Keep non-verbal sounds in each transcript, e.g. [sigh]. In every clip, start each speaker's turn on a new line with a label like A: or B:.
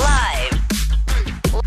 A: Live.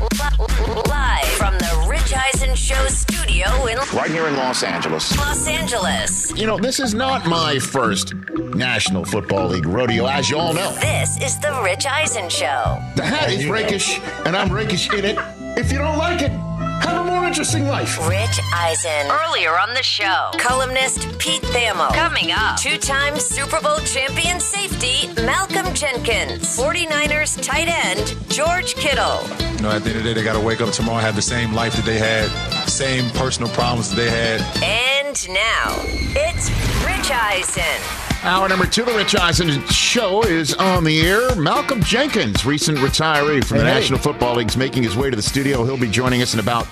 A: Live from the Rich Eisen Show studio in
B: right here in Los Angeles.
A: Los Angeles.
B: You know, this is not my first National Football League rodeo, as you all know.
A: This is the Rich Eisen Show.
B: The hat is rakish, and I'm rakish in it. If you don't like it, have a more interesting life.
A: Rich Eisen. Earlier on the show, columnist Pete Thamel. Coming up, two time Super Bowl champion safety Malcolm Jenkins. 49ers tight end George Kittle.
C: You know, at the end of the day, they got to wake up tomorrow, have the same life that they had, same personal problems that they had.
A: And now, it's Rich Eisen.
B: Hour number two, the Rich Eisen Show is on the air. Malcolm Jenkins, recent retiree from the
D: Hey.
B: National Football League, is making his way to the studio. He'll be joining us in about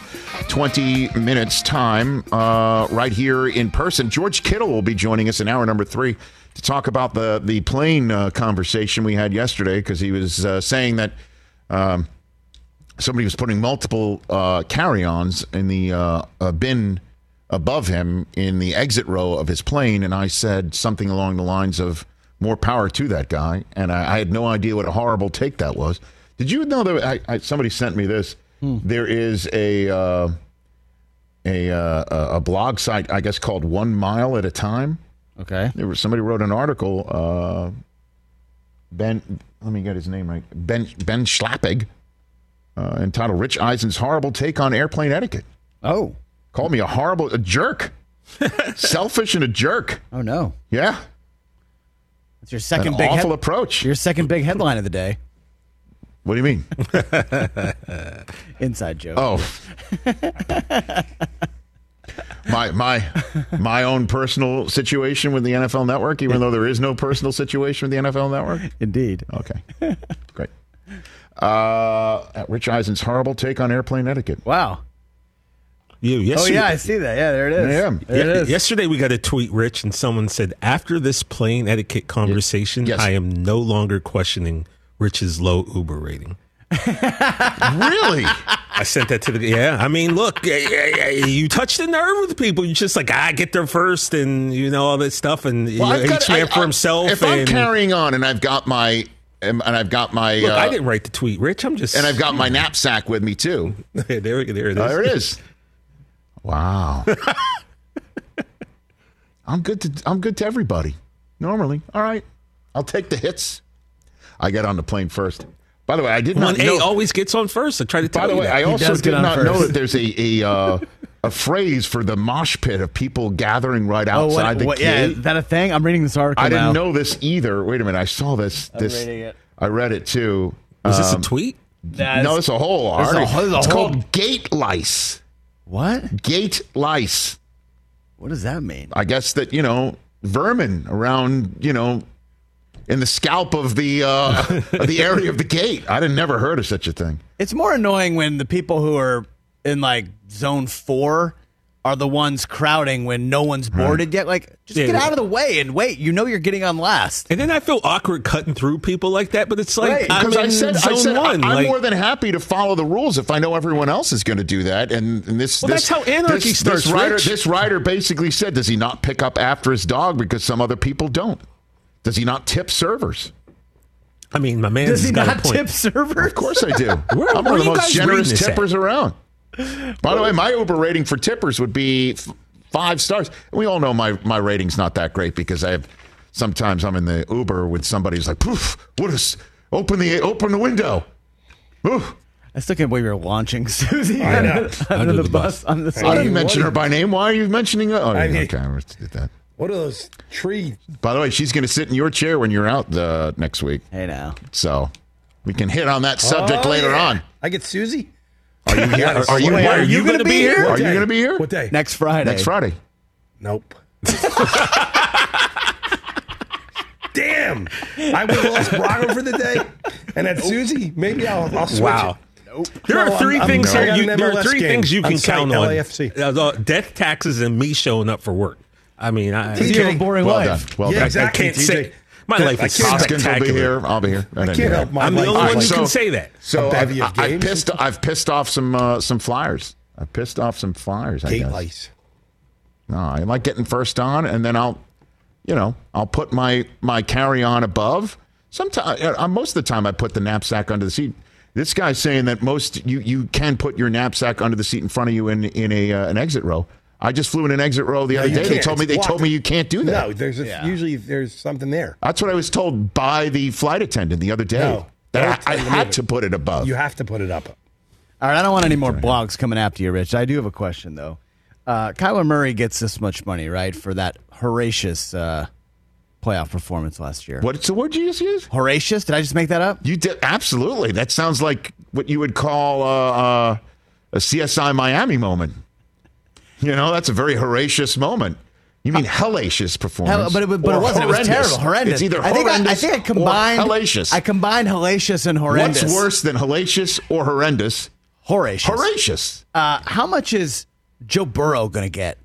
B: 20 minutes' time, uh, right here in person. George Kittle will be joining us in hour number three to talk about the the plane uh, conversation we had yesterday because he was uh, saying that. Um, somebody was putting multiple uh, carry-ons in the uh, uh, bin above him in the exit row of his plane, and I said something along the lines of "more power to that guy," and I, I had no idea what a horrible take that was. Did you know that I, I, somebody sent me this? There is a uh, a uh, a- a blog site, I guess, called One Mile at a Time.
D: Okay.
B: There was somebody wrote an article. Uh, ben, let me get his name right. Ben Ben Schlappig, uh, entitled "Rich Eisen's Horrible Take on Airplane Etiquette."
E: Oh,
B: Called me a horrible, a jerk, selfish, and a jerk.
E: oh no!
B: Yeah,
E: That's your
B: an
E: second big
B: awful
E: head-
B: approach.
E: your second big headline of the day.
B: What do you mean?
E: Inside joke.
B: Oh. My my my own personal situation with the NFL Network, even though there is no personal situation with the NFL Network.
E: Indeed.
B: Okay. [laughs] Great. Uh, at Rich Eisen's horrible take on airplane etiquette.
E: Wow.
F: You,
E: Oh
F: yesterday,
E: yeah, I see that. Yeah, there it is.
B: Yeah.
E: There it is.
F: yesterday we got a tweet, Rich, and someone said, "After this plane etiquette conversation,
B: Yes.
F: I am no longer questioning Rich's low Uber rating."
B: [laughs] Really?
F: I sent that to the yeah. I mean, look, eh, eh, eh, you touch the nerve with people. You just like I get there first, and you know all this stuff, and you know,
B: I've got-
F: each man
B: I-
F: for
B: I-
F: himself.
B: If I'm
F: and
B: carrying on and I've got my and I've got my
F: look,
B: uh,
F: I didn't write the tweet, Rich. I'm just
B: and I've got my knapsack with me too.
F: [laughs] there. There it is.
B: There it
F: [laughs]
B: is. Wow. I'm good to I'm good to everybody. Normally, all right. I'll take the hits. I got on the plane first. By the way, I did not
F: One A
B: know.
F: always gets on first. I try to tell
B: By the
F: you
B: way,
F: that.
B: I also
E: does get
B: did
E: on
B: not
E: first.
B: know that there's a a, uh, a phrase for the mosh pit of people gathering right
E: Oh,
B: outside
E: what,
B: the
E: what, yeah,
B: gate.
E: is that a thing? I'm reading this article.
B: I
E: now.
B: didn't know this either. Wait a minute, I saw this. This
E: reading it.
B: I read it too.
F: was
B: um,
F: this a tweet?
E: That's-
B: no, it's a whole
E: There's a
B: article.
E: whole- there's a
B: it's
E: whole-
B: called gate lice.
E: What?
B: Gate lice.
E: What does that mean?
B: I guess that you know vermin around you know in the scalp of the uh, of the area of the gate. I didn't never heard of such a thing.
E: It's more annoying when the people who are in like zone four are the ones crowding when no one's boarded yet. Like, just
F: Yeah,
E: get
F: yeah.
E: out of the way and wait. You know you're getting on last.
F: And then I feel awkward cutting through people like that, but it's like
E: Right,
F: I'm
B: Because I
F: in
B: said, I
F: zone
B: said I-
F: one.
B: I'm
F: like,
B: more than happy to follow the rules if I know everyone else is going to do that. And, and this,
F: Well,
B: this,
F: that's how anarchy
B: this,
F: starts,
B: This writer,
F: Rich.
B: this writer basically said, does he not pick up after his dog because some other people don't? Does he not tip servers?
F: I mean, my man
E: Does he
F: got a
E: not
F: point.
E: tip server?
B: Of course I do.
F: [laughs] Where-
B: I'm
F: where
B: one
F: are
B: of the
F: you
B: most
F: guys reading
B: generous
F: this at?
B: tippers around. By the way, my Uber rating for tippers would be f- five stars. We all know my, my rating's not that great because I have sometimes I'm in the Uber with somebody's like, poof, what is, open the, open the window. Oof.
E: I still can't believe you're launching [laughs] Susie
B: I know.
E: under, under the, bus. on the
B: I
E: side.
B: didn't mention her by name. Why are you mentioning her? Oh, yeah,
G: I mean-
B: okay. I almost did that.
G: What are those tree?
B: By the way, she's going to sit in your chair when you're out uh, next week.
E: Hey now.
B: So we can hit on that subject
G: Oh,
B: later
G: yeah.
B: on.
G: I get Susie.
B: Are you here?
G: Yes.
B: Are you,
G: Wait,
B: are
G: are
B: you
G: you
B: going to
G: gonna
B: be
G: be
B: here?
G: here?
B: Are
G: Okay.
B: you going to be here?
G: What day?
E: Next Friday.
B: Next Friday. [laughs]
G: Nope. Damn! I would have lost Brago for the day, and at Susie, maybe I'll, I'll switch
F: Wow.
G: it. Nope.
F: There
G: No,
F: are
G: I'm-
F: 3
G: I'm-
F: things
G: I
F: here.
G: got
F: You,
G: an
F: there are
G: MLS
F: three
G: game
F: things you
G: on
F: can
G: site,
F: count on.
G: LAFC.
F: Uh, the death taxes and me showing up for work. I mean, I,
E: You have a boring
B: Well
E: life.
B: done. Well
G: Yeah,
B: done.
G: exactly.
F: I can't say
G: TJ.
F: my
G: That-
F: life
G: I
F: is
G: can't-
B: Hoskins will be
F: spectacular.
B: here. I'll be here. I
G: can't help my
F: I'm the
G: life.
F: only
G: All
F: one
G: right,
F: who
B: so-
F: can say that.
B: So
G: A
B: I've,
G: bevy of
B: I- I
G: games?
B: pissed. I've pissed off some uh, some flyers. I pissed off some flyers. I
G: Gate
B: guess.
G: lice.
B: No, I like getting first on, and then I'll, you know, I'll put my my carry on above. Sometimes, most of the time, I put the knapsack under the seat. This guy's saying that most you you can put your knapsack under the seat in front of you in in a uh, an exit row. I just flew in an exit row the other
G: you
B: day. They
G: can't.
B: told me
G: It's
B: they told
G: locked.
B: me you can't do that.
G: No, there's a, usually there's something there.
B: That's what I was told by the flight attendant the other day.
G: No.
B: that
G: Don't
B: I, I
G: tell me
B: had
G: that.
B: to put it above.
G: You have to put it up.
E: All right, I don't want any more blogs coming after you, Rich. I do have a question though. Uh, Kyler Murray gets this much money, right, for that horrendous uh, playoff performance last year.
B: What's the word you just used?
E: Horrendous? Did I just make that up?
B: You did absolutely. That sounds like what you would call uh, uh, a CSI Miami moment. You know, that's a very horrendous moment. You mean hellacious performance?
E: Uh, Hell, but it, but
B: or
E: it wasn't. It was
B: horrendous.
E: terrible. Horrendous.
B: It's either
E: I think I, I
B: horrendous
E: think I
B: or
E: combined
B: hellacious.
E: I combined hellacious and horrendous.
B: What's worse than hellacious or horrendous?
E: Horrendous.
B: Horrendous.
E: Uh, how much is Joe Burrow going to get?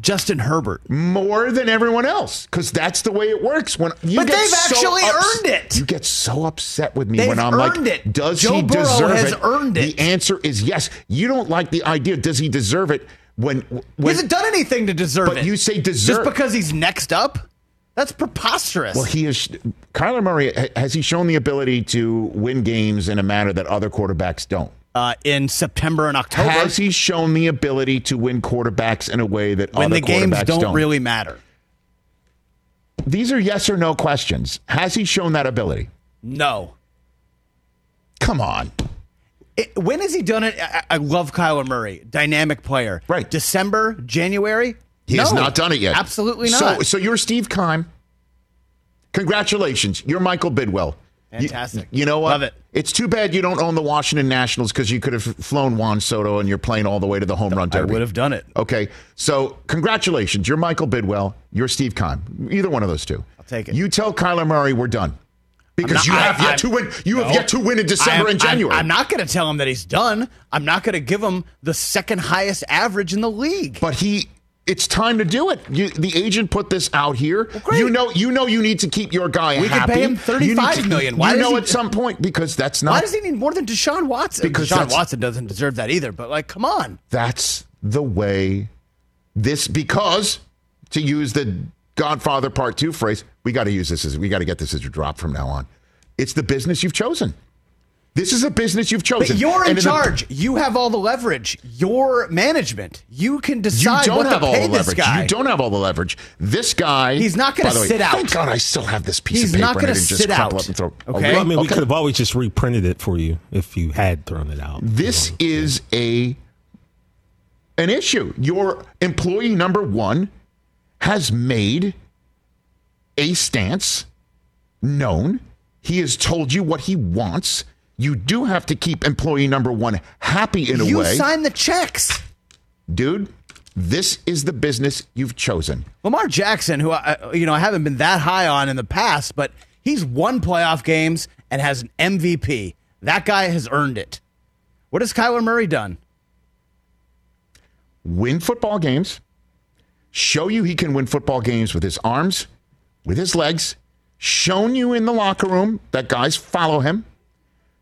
E: Justin Herbert.
B: Mm. More than everyone else, because that's the way it works. When you
E: But
B: get
E: they've
B: so
E: actually
B: ups-
E: earned it.
B: You get so upset with me
E: They've
B: when I'm
E: earned
B: like,
E: it.
B: does
E: Joe
B: he
E: Burrow
B: deserve
E: has
B: it?
E: earned it.
B: The answer is yes. You don't like the idea. Does he deserve it? When,
E: He
B: when
E: hasn't done anything to deserve
B: But
E: it.
B: you say
E: just
B: deserve.
E: because he's next up? That's preposterous.
B: Well, he is. Kyler Murray ha- has he shown the ability to win games in a manner that other quarterbacks don't?
E: uh, in September and October,
B: Has he shown the ability to win quarterbacks in a way that
E: when
B: other
E: the games
B: quarterbacks
E: don't,
B: don't
E: really matter.
B: These are yes or no questions. Has he shown that ability?
E: No.
B: Come on.
E: It, when has he done it? I, I love Kyler Murray, dynamic player.
B: Right.
E: December, January.
B: He
E: no,
B: has not done it yet.
E: Absolutely
B: So,
E: not.
B: so you're Steve Kime. Congratulations. You're Michael Bidwell. You-
E: Fantastic.
B: You, know what?
E: Love it.
B: It's too bad you don't own the Washington Nationals because you could have flown Juan Soto and you're playing all the way to the home run
E: I
B: derby.
E: would have done it.
B: Okay, so congratulations. You're Michael Bidwell. You're Steve Kahn. Either one of those two. I'll
E: take it.
B: You tell Kyler Murray we're done because
E: not-
B: you have
E: I-
B: yet
E: I'm-
B: to win. You have
E: No.
B: yet to win in
E: I am-
B: December and January.
E: I'm, I'm not going to tell him that he's done. I'm not going to give him the second highest average in the league.
B: But he. It's time to do it. You, the agent put this out here. you know, you know, you need to keep your guy
E: We could
B: happy.
E: pay him $35
B: you need to-
E: million. Why
B: you
E: does
B: know,
E: he-
B: at some point, because that's
E: Why
B: not
E: does he need more than Deshaun Watson?
B: Because
E: Deshaun
B: that's-
E: Watson doesn't deserve that either. But like, come on.
B: that's the way this because to use the godfather part two phrase we got to use this as we got to get this as a drop from now on it's the business you've chosen this is a business you've
E: But
B: chosen
E: you're in
B: And the-
E: charge. you have all the leverage. Your management. You can
B: you
E: decide
B: don't
E: what
B: have
E: to
B: all
E: pay
B: the
E: this
B: leverage.
E: guy.
B: You don't have all the leverage. This guy.
E: He's not gonna
B: by the way,
E: sit out.
B: Thank God I still have this piece
E: He's
B: of paper.
E: not
B: and I
E: gonna
B: didn't just
E: sit
B: crumple
E: out.
B: Up and throw,
E: Okay?
F: Well, I mean, we
B: Okay.
F: could have always just reprinted it for you if you had thrown it out.
B: this is a an issue. Your employee number one has made a stance known. He has told you what he wants. You do have to keep employee number one happy in a
E: You
B: way.
E: sign the checks.
B: Dude, this is the business you've chosen.
E: Lamar Jackson, who I, I- you know I haven't been that high on in the past, but he's won playoff games and has an MVP. That guy has earned it. What has Kyler Murray done?
B: Win football games, show you he can win football games with his arms, with his legs, shown you in the locker room that guys follow him.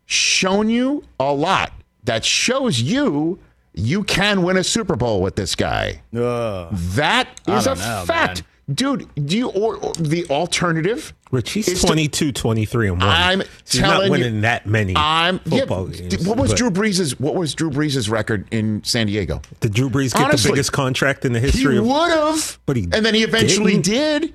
B: shown you a lot that shows you you can win a Super Bowl with this guy. that is a fact. Dude, do you or, or the alternative?
F: Rich, he's
B: It's to-
F: 22, 23, and 1.
B: I'm
F: he's
B: telling
F: not
B: you-
F: winning that many
B: I'm yeah,
F: football
B: d-
F: games.
B: what was
F: but
B: Drew Brees's what was Drew Brees's record in San Diego?
F: Did Drew Brees get
B: Honestly,
F: the biggest contract in the
B: He
F: history of
B: would have,
F: But he
B: and then he eventually
F: didn't.
B: did.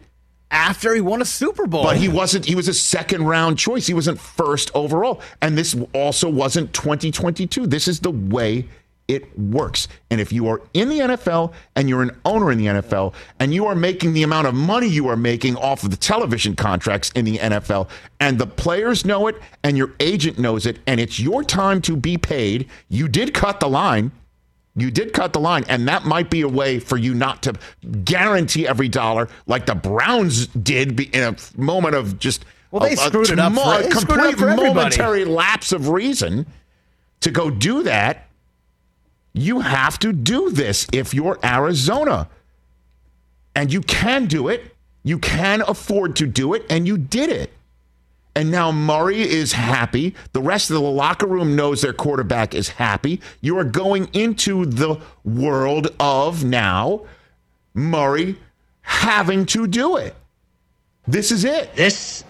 E: after he won a Super Bowl.
B: But he wasn't. He was a second round choice. He wasn't first overall. And this also wasn't 2022. This is the way it works. And if you are in the NFL and you're an owner in the NFL and you are making the amount of money you are making off of the television contracts in the NFL, and the players know it and your agent knows it, and it's your time to be paid, you did cut the line. You did cut the line, and that might be a way for you not to guarantee every dolbe like the Browns did be- in a f- moment of just
E: Well, they
B: a, a
E: screwed it up
B: tumult-
E: for- e-,
B: a
E: they screwed it up
B: complete
E: for everybody.
B: momentary lapse of reason to go do that. You have to do this if you're Arizona, and you can do it. You can afford to do it, and you did it. And now Murray is happy. The rest of the locker room knows their quarterback is happy. You are going into the world of now Murray having to do it. This is it.
H: This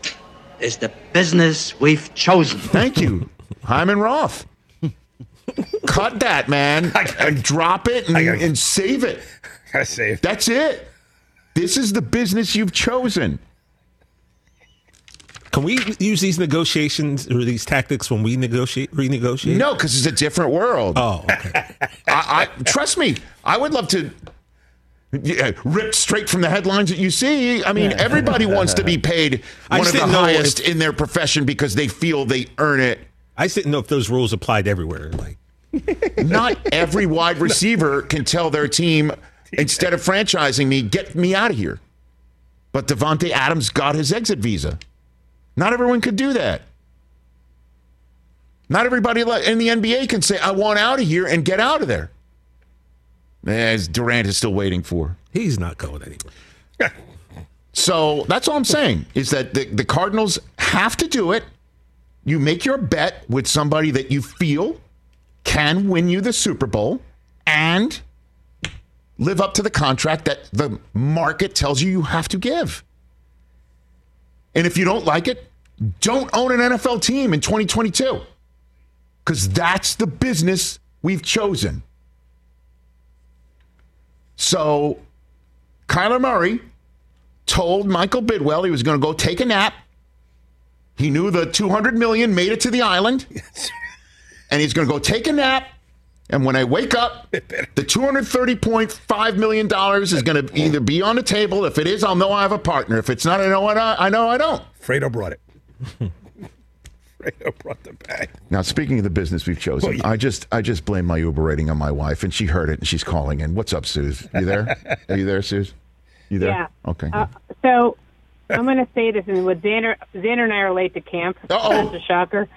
H: is the business we've chosen.
B: Thank [laughs] you, Hyman Roth. Cut that, [laughs] man, and drop it and, and save it.
G: I say,
B: That's it. This is the business you've chosen.
F: Can we use these negotiations or these tactics when we negotiate, renegotiate?
B: No, because it's a different world.
F: Oh, okay.
B: I, I trust me. I would love to yeah, rip straight from the headlines that you see. I mean, everybody
F: [laughs]
B: wants to be paid
F: I
B: one of
F: just
B: the
F: didn't know
B: highest in their profession because they feel they earn it.
F: I just didn't know if those rules applied everywhere. Like,
B: Not every wide receiver can tell their team instead of franchising me, get me out of here. But Devontae Adams got his exit visa. Not everyone could do that. Not everybody le- in the NBA can say, I want out of here and get out of there. As Durant is still waiting for.
F: he's not going anywhere.
B: So that's all I'm saying is that the, the Cardinals have to do it. You make your bet with somebody that you feel can win you the Super Bowl and live up to the contract that the market tells you you have to give. And if you don't like it, don't own an NFL team in 2022 because that's the business we've chosen. So Kyler Murray told Michael Bidwell he was going to go take a nap. He knew the 200 million made it to the island. and he's going to go take a nap. And when I wake up, the $230.5 million dollars is going to either be on the table. If it is, I'll know I have a partner. If it's not, I know I, I know I don't.
G: Fredo brought
B: [laughs]
G: it. Fredo brought the bag.
B: Now, speaking of the business we've chosen,
G: Well, you-
B: I just I just blame my Uber rating on my wife, and she heard it, and she's calling in. What's up, Suze? You there? Are you there, Suze? You there?
I: Yeah.
B: Okay.
I: Uh, so I'm going to say this, and with Xander, Xander and I are late to camp.
B: Uh-oh.
I: That's a shocker.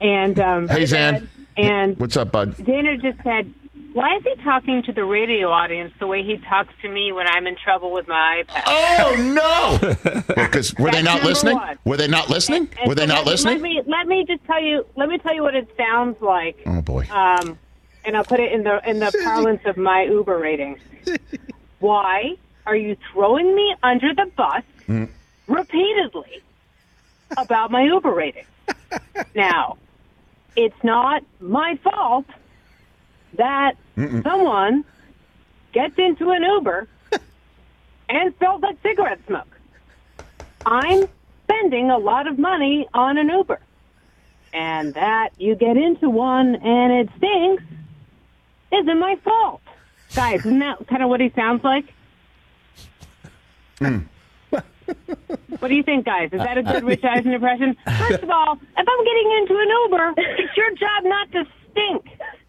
I: And um,
B: hey, Zan.
I: And
B: What's up, bud?
I: Xander just said, "Why is he talking to the radio audience the way he talks to me when I'm in trouble with my iPad?"
B: Oh no! Because were they
I: That's
B: not
I: number
B: listening?
I: one.
B: Were they not listening?
I: And
B: Were
I: so
B: they not
I: let me-
B: listening?
I: Let me let me just tell you. Let me tell you what it sounds like.
B: Oh boy!
I: Um, and I'll put it in the in the parlance of my Uber rating. Why are you throwing me under the bus repeatedly about my Uber rating? now, it's not my fault that someone gets into an Uber and smells like cigarette smoke. I'm spending a lot of money on an Uber and that you get into one and it stinks isn't my fault. Guys, isn't that kind of what he sounds like?
B: Hmm.
I: what do you think, guys? Is that a
B: Uh,
I: good Rich Eisen impression? First of all, if I'm getting into an Uber, it's your job not to stink.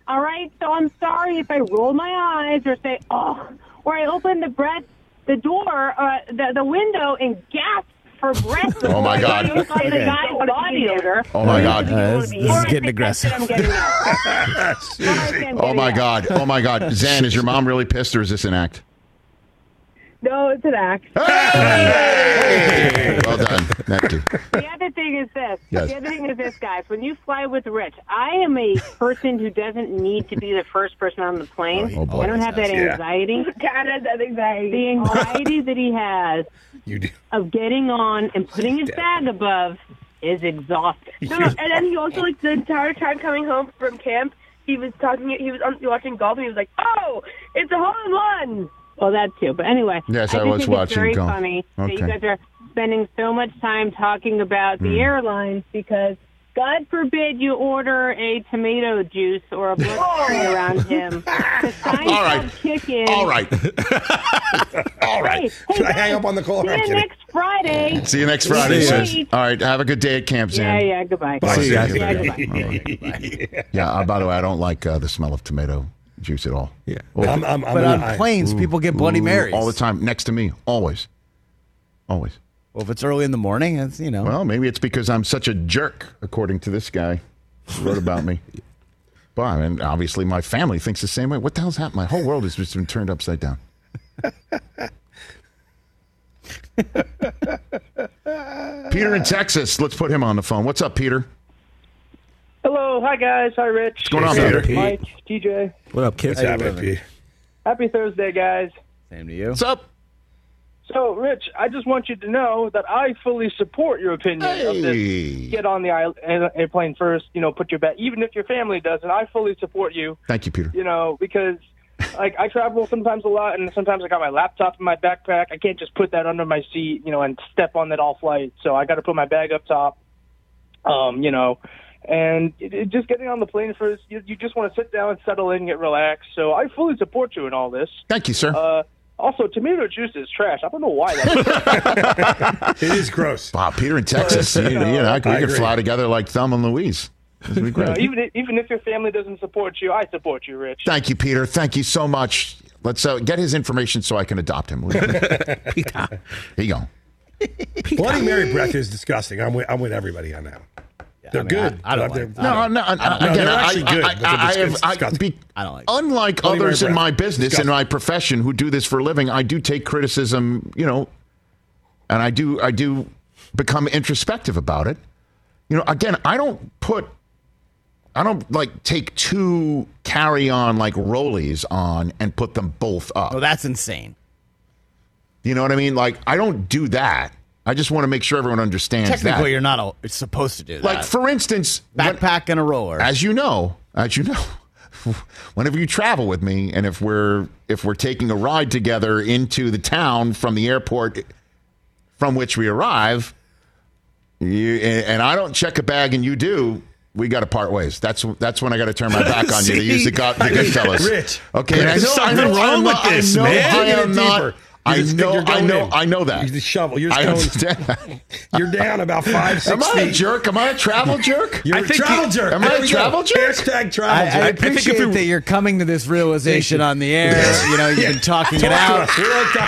I: All right? So I'm sorry if I roll my eyes or say, oh, or I open the breath, the door, uh, the, the window and gasp for breath.
B: Oh, my God.
I: Like the guy's body odor.
B: Oh my God!
E: Uh, this, this is getting aggressive.
I: I'm getting out.
E: [laughs]
B: Oh my God! Oh
I: [laughs]
B: my God! Zan, is your mom really pissed, or is this an act?
I: No, it's an act.
B: Hey! Well done, Neptune.
I: The other thing is this.
B: Yes.
I: The other thing is this, guys. When you fly with Rich, I am a person who doesn't need to be the first person on the plane.
B: Oh, boy.
I: I don't have that
E: [laughs]
G: Yeah.
I: anxiety.
J: God, that's that anxiety.
I: The anxiety that he has
G: You do.
I: of getting on and putting his bag above is exhausting.
J: No, no, and then he also like the entire time coming home from camp, he was talking. He was on, watching golf, and he was like, "Oh, it's a hole in one."
I: Well, that too. But anyway,
B: Yes, I
I: just
B: was
I: think it's
B: watching
I: Very
B: golf.
I: funny that you
B: Okay. Mm.
I: guys are. spending so much time talking about the airlines because God forbid you order a tomato juice or a
B: [laughs]
I: bloodstream around him. The All right. Chicken.
B: All right. All right.
I: Hey, hey,
G: I hang up on the call?
I: see you next Friday.
B: See you next Friday,
I: Yeah.
B: sis. All right. Have a good day at camp,
I: Yeah,
B: Zan.
I: yeah, goodbye.
B: Bye,
I: yeah,
B: Zan.
I: goodbye.
B: Yeah. uh, by the way, I don't like uh, the smell of tomato juice at all. Yeah.
G: I'm- I'm- I'm But on gonna-
E: planes, people get Bloody Marys.
B: all the time. Next to me, always, always.
E: Well, if it's early in the morning, it's you know.
B: Well, maybe it's because I'm such a jerk, according to this guy who wrote about me. But I mean, obviously, my family thinks the same way. What the hell's happened? My whole world has just been turned upside down. Peter in Texas. Let's put him on the phone. What's up, Peter?
K: Hello, hi guys, hi Rich.
B: What's going on, Peter?
K: Mike, DJ.
F: What up, kids?
G: What's happening, Pete?
K: Happy Thursday, guys.
E: Same to you.
B: What's up?
K: So, Rich, I just want you to know that I fully support your opinion of
B: Hey.
K: this. Get on the aisle- air- airplane first, you know, put your bet. Even if your family doesn't, I fully support you.
B: Thank you, Peter.
K: You know, because like I travel sometimes a lot, and sometimes I got my laptop in my backpack. I can't just put that under my seat, you know, and step on that all flight. So I got to put my bag up top. Um, you know, and it, it, just getting on the plane first, you, you just want to sit down, settle in, get relaxed. So I fully support you in all this.
B: Thank you, sir.
K: Uh, also, tomato juice is trash. I don't know why that.
G: It is gross.
B: Wow, Peter in Texas. you, you know, we
G: I
B: could
G: agree.
B: fly together like Thumb and Louise. That'd be
K: you know,
B: great.
K: [laughs] even if- even if your family doesn't support you, I support you, Rich.
B: Thank you, Peter. Thank you so much. Let's uh, get his information so I can adopt him. Here you go.
G: [laughs] Bloody Mary breath is disgusting. I'm with, I'm with everybody on that. They're good.
E: I- I don't
G: They're-
E: like-
B: No, no, I- I-
G: No,
B: again,
G: they're
B: I-
G: actually
B: I-
G: good,
B: I-
G: but
B: I- I
G: it's-
B: have-
G: it's
B: I-
G: disgusting.
B: be-
E: I don't like.
B: Unlike
G: Bloody Mary
B: others in
G: breath.
B: my business and
G: Disgusting.
B: my profession who do this for a living, I do take criticism, you know, and I do I do become introspective about it. You know, again, I don't put I don't like take two carry on like rollies on and put them both up.
E: Oh, that's insane.
B: You know what I mean? Like I don't do that. I just want to make sure everyone understands that.
E: Technically, you're not a, it's supposed to do that.
B: like for instance, when-
E: backpack and a roller.
B: as you know, as you know, [laughs] whenever you travel with me, and if we're if we're taking a ride together into the town from the airport from which we arrive, you and, and I don't check a bag, and you do. We got to part ways. That's that's when I got to turn my back on you to
F: See?
G: [laughs]
B: use the, go- the
F: I mean,
B: good fellas.
G: Rich,
B: okay. and I
F: there's
B: know, I
F: something
B: know,
F: wrong
B: I'm
F: with
B: not- I
F: this,
B: know
F: man.
B: I
G: You're
B: am
G: digging it
B: not.
G: deeper. You're
B: I
G: just-
B: know.
G: you're
B: I
G: going
B: know.
G: in.
B: I know that.
G: You're the shovel. You're just
B: I
G: going-
B: understand.
G: You're down about five, [laughs] six
B: Am I a
G: feet.
B: jerk? Am I a travel jerk?
G: [laughs] You're
F: I
G: a
F: think
G: travel
F: you-
G: jerk.
B: Am I
G: There
B: a
G: we go.
B: travel jerk?
G: Hashtag
E: I,
G: travel
E: I
G: jerk.
F: think if
E: appreciate
F: you-
E: that you're coming to this realization on the
B: [laughs]
E: air. You know, you've been talking it out.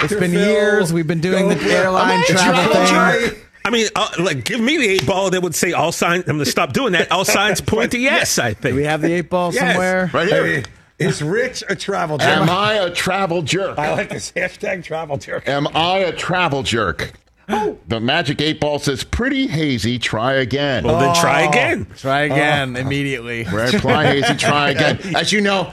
E: It's been years. We've been doing the airline
B: I a
E: travel
B: travel
E: thing.
B: jerk?
F: I mean, uh, like, give me the eight ball that would say all signs. I'm going to stop doing that. All signs point to yes, I think.
E: Do we have the eight ball
F: Yes.
E: somewhere?
B: Right here.
G: Hey, is Rich a travel jerk?
B: Am I a travel jerk?
G: I like this hashtag travel jerk.
B: Am I a travel jerk? The magic eight ball says pretty hazy. Try again.
F: well, then try
E: Oh.
F: again.
E: Try again immediately.
B: Reply hazy. Try again. As you know,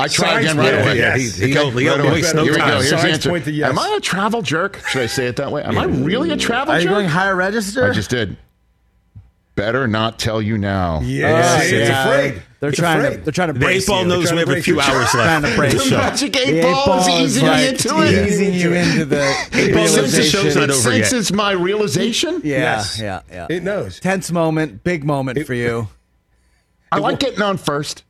B: I try
G: Signs
B: again right
G: point to
B: away.
G: yes.
B: Okay,
G: He-
F: he don't- he don't
B: away.
F: waste no
B: Here we
F: time.
B: go. Here's the
G: Signs
B: answer.
G: point to yes.
B: Am I a travel jerk? Should I say it that way? Am I really a travel
E: Are you
B: jerk?
E: going higher register?
B: I just did. Better not tell you now.
G: Yeah,
E: Oh,
G: see, it's
E: yeah.
G: afraid.
E: They're
G: It's
E: trying to
G: afraid.
E: they're trying to
F: The
E: brace
F: eight ball
E: you.
F: knows
G: trying
F: we
G: to
F: have a
G: brace
F: few
G: you.
F: hours
E: trying
F: left.
E: to brace
B: The
E: you.
B: magic eight,
E: The
B: ball, is easing me
E: like
B: into it.
E: easing you into the
F: Since the show's
E: realization.
F: not over
B: Since
F: yet.
B: it's my realization,
E: Yeah,
G: Yes.
E: yeah, yeah.
G: It knows.
E: Tense moment, big moment for you.
B: I like getting on first.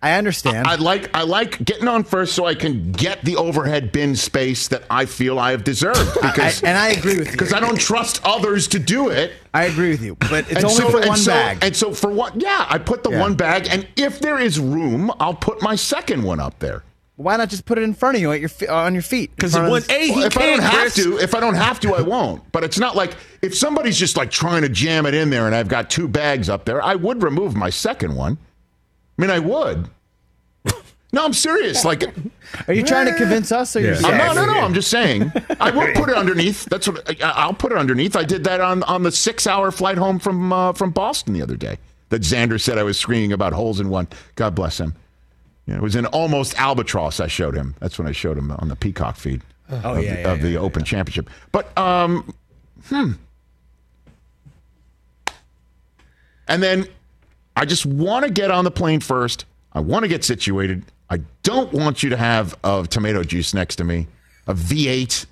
E: I understand.
B: I like I like getting on first so I can get the overhead bin space that I feel I have deserved
E: [laughs] I-
B: because
E: and I agree with you.
B: because I don't trust others to do it.
E: I agree with you, but it's
B: And
E: only
B: so-
E: for
B: and
E: one
B: so-
E: bag.
B: And so for what? Yeah, I put the
E: Yeah.
B: one bag, and if there is room, I'll put my second one up there.
E: Why not just put it in front of you at your fe- on your feet? in
F: Because
E: front of
F: one
E: the-
F: A, he
B: Well, if I
F: can't,
B: don't have
F: Chris.
B: to, if I don't have to, I won't. But it's not like if somebody's just like trying to jam it in there, and I've got two bags up there, I would remove my second one. I mean, I would. [laughs] No, I'm serious. Like
E: Are you trying to convince us or yourself?
B: I'm not, no, no. I'm
E: [laughs]
B: just saying. I will put it underneath. That's what I, I'll put it underneath. I did that on, on the six hour flight home from uh, from Boston the other day. That Xander said I was screaming about holes in one. God bless him. Yeah, it was an almost albatross. I showed him. That's when I showed him on the Peacock feed of,
E: Oh, yeah,
B: the,
E: yeah,
B: of the Open Championship. But um, hmm. And then I just want to get on the plane first. I want to get situated. uh, I don't want you to have of tomato juice next to me, a V8.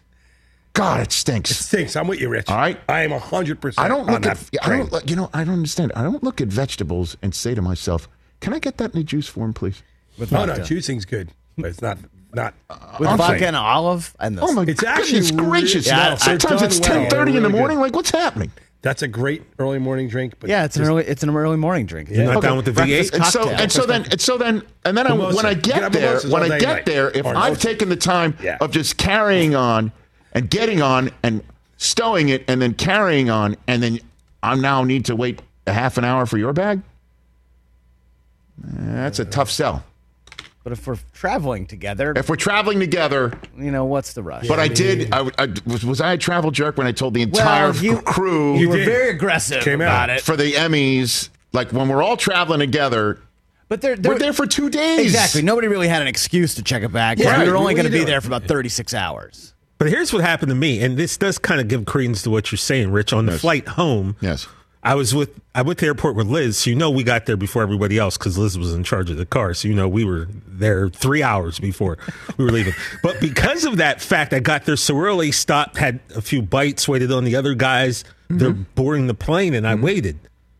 B: God, it stinks. It
G: stinks. I'm with you, Rich.
B: All right.
G: I am 100%
B: I don't
G: on
B: look
G: that
B: at I
G: train.
B: don't look- you know I don't understand. I don't look at vegetables and say to myself, "Can I get that in a juice form, please?"
G: oh, no, juicing's good, but it's not. not
B: With
G: I'm
B: vodka
G: saying-
B: and
E: olive and
B: Oh my
G: It's
B: goodness
G: actually
B: gracious!
G: really-
B: now.
G: Yeah, it's-
B: Sometimes
G: they're
B: it's
G: done well.
B: ten thirty in the
G: They're really
B: morning.
G: good.
B: Like what's happening?
G: That's a great early morning drink. But
E: Yeah, it's an early it's an early morning drink.
G: You're not down with the
E: Breakfast
G: V8?
B: And so
E: cocktail.
B: and so then and so then and then I,
E: Mimosa.
B: when I get
E: Get
B: there,
E: mimosas
B: when
E: all
B: I
E: day
B: get
E: and night.
B: there, if
E: Or
B: I've
E: mimosas.
B: taken the time of just carrying on and getting on and stowing it and then carrying on and then I now need to wait a half an hour for your bag. eh, That's a tough sell.
E: But if we're traveling together,
B: If we're traveling together,
E: you know what's the rush?
B: but I did. I, I- was, was I a travel jerk when I told the
E: Well,
B: entire
E: you-
B: crew?
E: you You were did. very aggressive Came about out. it.
B: for the Emmys. Like when we're all traveling together.
E: But they're, they're
B: we're there for two days.
E: Exactly. Nobody really had an excuse to check a bag.
F: Yeah,
E: Yeah,
F: right.
E: you're only
F: What are
E: going to
F: you
E: be
F: doing?
E: there for about 36 hours.
F: But here's what happened to me, and this does kind of give credence to what you're saying, Rich. On the flight home,
B: yes,
F: I was with I went to the airport with Liz. So you know we got there before everybody else because Liz was in charge of the car. So you know we were there three hours before [laughs] we were leaving. but because of that fact, I got there so early, stopped, had a few bites, waited on the other guys.
B: Mm-hmm.
F: They're boarding the plane, and I waited.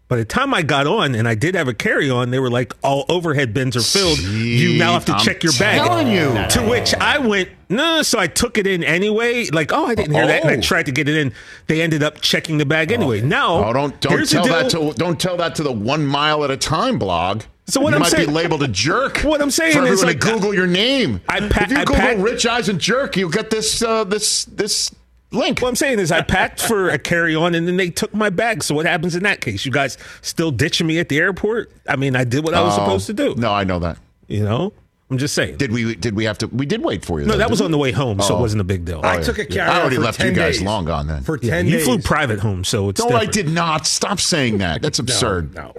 F: By the time I got on, and I did have a carry on, they were like, "All overhead bins are filled. you now have to
B: I'm
F: check your bag."
B: telling you.
F: To which I went, "No." So I took it in anyway. Like, oh, I didn't hear that. And I
B: Oh.
F: tried to get it in. They ended up checking the bag anyway. Now,
B: Oh, don't don't
F: here's the
B: tell that
F: deal.
B: to don't tell that to the one mile at a time blog.
F: So what
B: you
F: I'm
B: might be
F: saying-
B: labeled a jerk.
F: What I'm saying
B: for
F: is,
B: everyone
F: like,
B: to Google your name.
F: I pa-
B: if you
F: I
B: Google
F: packed-
B: Rich Eyes and Jerk, you get this uh, this this link.
F: What I'm saying is, I packed for a carry on, and then they took my bag. So what happens in that case? You guys still ditching me at the airport? I mean, I did what I was
B: Oh,
F: supposed to do.
B: No, I know that.
F: You know, I'm just saying.
B: Did we did we have to? We did wait for you.
F: No,
B: though,
F: that was
B: didn't
F: on the
B: we?
F: way home, so it
B: Oh.
F: wasn't a big deal.
B: Oh, yeah. I already left you guys long gone then.
G: For
F: Yeah,
G: 10
F: you
G: days.
F: flew private home, so it's
B: No, I
F: different.
B: did not. Stop saying that.
F: [laughs]
B: That's absurd.
G: No.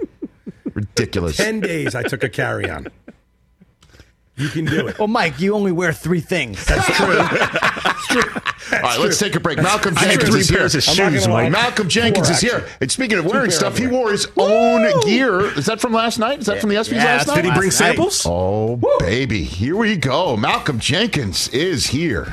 B: Ridiculous.
G: 10 days I took a carry on. You can do it.
E: Well, Mike, you only wear three things.
B: All right, let's take a break. Malcolm
E: I had
B: Jenkins
E: three
B: is here.
E: pairs of I'm not shoes, gonna lie. Mike.
B: Malcolm Jenkins
E: Four,
B: is here.
E: actually.
B: And speaking of
E: Two
B: wearing
E: pair
B: stuff,
E: over
B: he wore his own gear. Is that from last night? Is that from the ESPYs
E: Yeah,
B: last
E: it's
B: night?
E: from Did he bring last night. samples?
B: Oh, baby. Here we go. Malcolm Jenkins is here.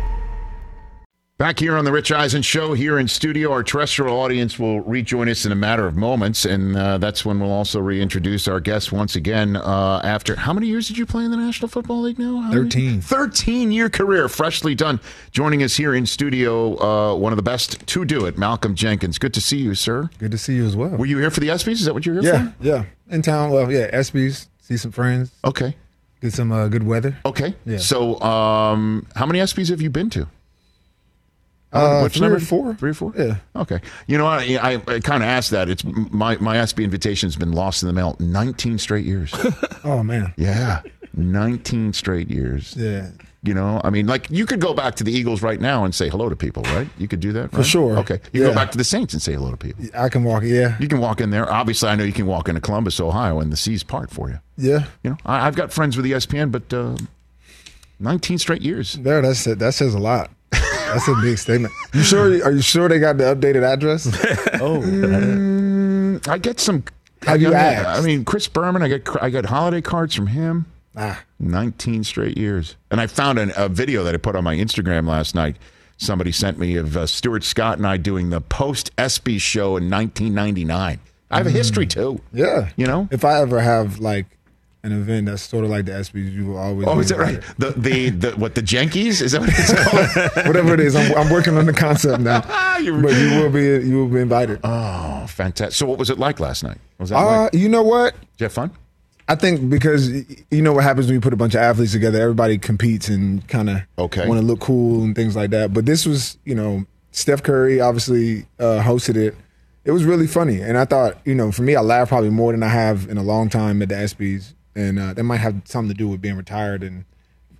B: Back here on the Rich Eisen Show, here in studio, our terrestrial audience will rejoin us in a matter of moments, and uh, that's when we'll also reintroduce our guest once again. Uh, after how many years did you play in the National Football League now? How many-
L: 13.
B: 13 year career, freshly done. Joining us here in studio, uh, one of the best to do it, Malcolm Jenkins. Good to see you, sir.
L: Good to see you as well.
B: Were you here for the ESPYS? Is that what you were here
L: Yeah,
B: for?
L: yeah. In town, well, yeah, ESPYs, see some friends.
B: Okay.
L: Get some uh, good weather.
B: Okay.
L: Yeah.
B: So, um, how many ESPYS have you been to?
L: Uh,
B: Which
L: three
B: number?
L: or four.
B: Three or four?
L: Yeah.
B: Okay. You know, I I, I kind of asked that. It's my my SB invitation's been lost in the mail 19
L: [laughs]
B: straight years.
L: Oh, man.
B: yeah, 19 straight years.
L: Yeah.
B: You know, I mean, like you could go back to the Eagles right now and say hello to people, right? You could do that
L: For
B: right?
L: sure.
B: Okay. You go
L: Yeah.
B: back to the Saints and say hello to people.
L: I can walk, yeah.
B: You can walk in there. Obviously, I know you can walk into Columbus, Ohio, and the seas part for you.
L: Yeah.
B: You know, I, I've got friends with ESPN, but uh, 19 straight years.
L: There, that's it. That says a lot. That's a big statement. You sure? Are you sure they got the updated address?
B: Oh, I get some.
L: Have you
B: I mean,
L: asked?
B: I mean, Chris Berman. I got I got holiday cards from him.
L: Ah.
B: 19 straight years. And I found an, a video that I put on my Instagram last night. E Somebody sent me of uh, Stuart Scott and I doing the post SB show in 1999. I have a history too.
L: Mm. Yeah.
B: [laughs] You know?
L: If I ever have like an event that's sort of like the SBs, you will always.
B: Oh,
L: be
B: is that
L: invited.
B: right? The the, the what the Jenkies? Is that what
L: [laughs]
B: it's called?
L: Whatever it is, I'm, I'm working on the concept now.
B: [laughs]
L: but you will be you will be invited.
B: Oh, fantastic! So, what was it like last night? Was that
L: Uh,
B: like,
L: you know what?
B: did you have fun?
L: I think because y- you know what happens when you put a bunch of athletes together, everybody competes and kind of
B: Okay.
L: want to look cool and things like that. But this was, you know, Steph Curry obviously uh, hosted it. It was really funny, and I thought, you know, for me, I laughed probably more than I have in a long time at the ESPYS, and uh, that might have something to do with being retired and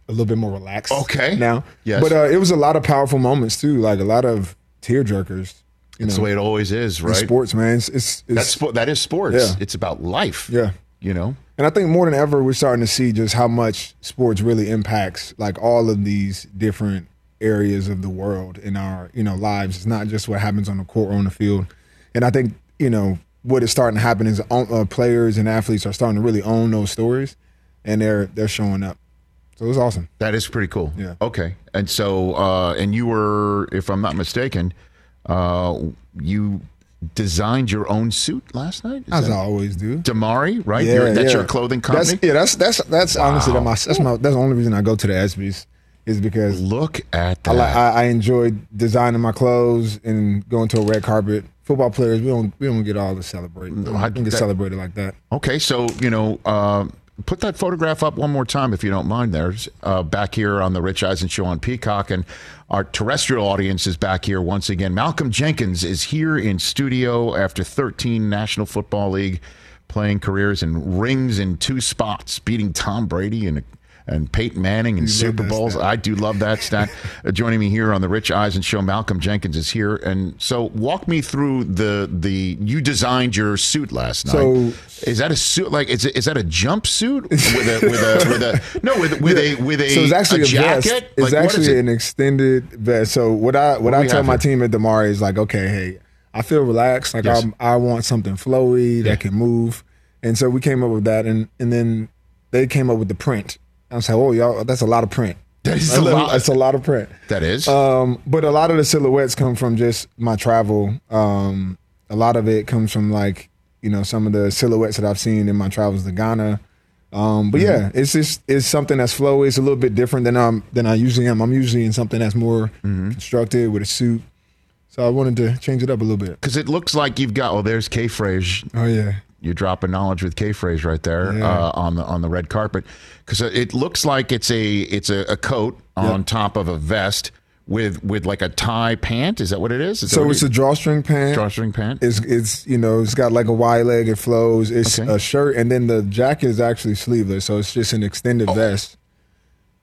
L: a little bit more relaxed.
B: Okay.
L: [laughs] now,
B: Oh, Yes.
L: But uh, it was a lot of powerful moments too, like a lot of tear jerkers. You know,
B: That's the way it always is,
L: in
B: right?
L: sports, man. It's, it's, it's
B: That's sport. That is sports.
L: Yeah.
B: It's about life.
L: Yeah.
B: You know.
L: And I think more than ever, we're starting to see just how much sports really impacts like all of these different areas of the world in our you know lives. It's not just what happens on the court or on the field. And I think you know what is starting to happen is uh, players and athletes are starting to really own those stories, and they're they're showing up. So it was awesome.
B: That is pretty cool.
L: Yeah.
B: Okay. And so, uh, and you were, if I'm not mistaken, uh, you designed your own suit last night. Is
L: As
B: that-
L: I always do.
B: Damari, right? Your- that's your clothing company.
L: That's, yeah, that's that's that's honestly
B: Wow.
L: that my, that's my that's the only reason I go to the ESPYS is because
B: look at
L: I,
B: that.
L: li- I I enjoy designing my clothes and going to a red carpet. Football players, we don't we don't get all to celebrate. We
B: I-
L: don't get
B: that-
L: celebrated like that.
B: Okay, so you know, uh, put that photograph up one more time if you don't mind. There's uh, back here on the Rich Eisen show on Peacock, and our terrestrial audience is back here once again. Malcolm Jenkins is here in studio after 13 National Football League playing careers and rings in two spots, beating Tom Brady and. And Peyton Manning and Super Bowls. I do love that
L: [laughs]
B: stat. Uh, joining me here on the Rich Eisen show, Malcolm Jenkins is here. And so, walk me through the the you designed your suit last night.
L: So-
B: Is that a suit? Like, is it, is that a jumpsuit with a with a with
L: [laughs]
B: a no with with a with a,
L: so it's actually
B: a
L: a,
B: jacket?
L: vest. It's
B: Like, what is
L: actually
B: it?
L: an extended vest. So what I what,
B: do
L: I
B: we
L: tell
B: have
L: my
B: here?
L: team at Damari is like, okay, hey, I feel relaxed. Like
B: Yes.
L: I'm, I want something flowy that can move. And so we came up with that, and and then they came up with the print. I was like, oh y'all, that's a lot of print.
B: That is
L: That's
B: a lot.
L: That's a lot of print.
B: that is
L: Um, but a lot of the silhouettes come from just my travel. Um, a lot of it comes from like you know some of the silhouettes that I've seen in my travels to Ghana. Um,
B: Mm-hmm.
L: but yeah, it's just it's something that's flowy. It's a little bit different than I'm than I usually am. I'm usually in something that's more
B: Mm-hmm.
L: constructed with a suit. So I wanted to change it up a little bit.
B: because it looks like you've got. Oh, there's K. Frage.
L: Oh yeah,
B: You're dropping knowledge with K. Frage right there
L: Yeah.
B: uh, on the on the red carpet because it looks like it's a it's a, a coat on top of a vest with with like a tie pant. Is that what it is? Is that
L: so
B: what
L: it's
B: you-
L: a drawstring pant.
B: drawstring pant.
L: It's it's you know it's got like a wide leg. It flows. It's
B: Okay.
L: a shirt, and then the jacket is actually sleeveless, so it's just an extended vest,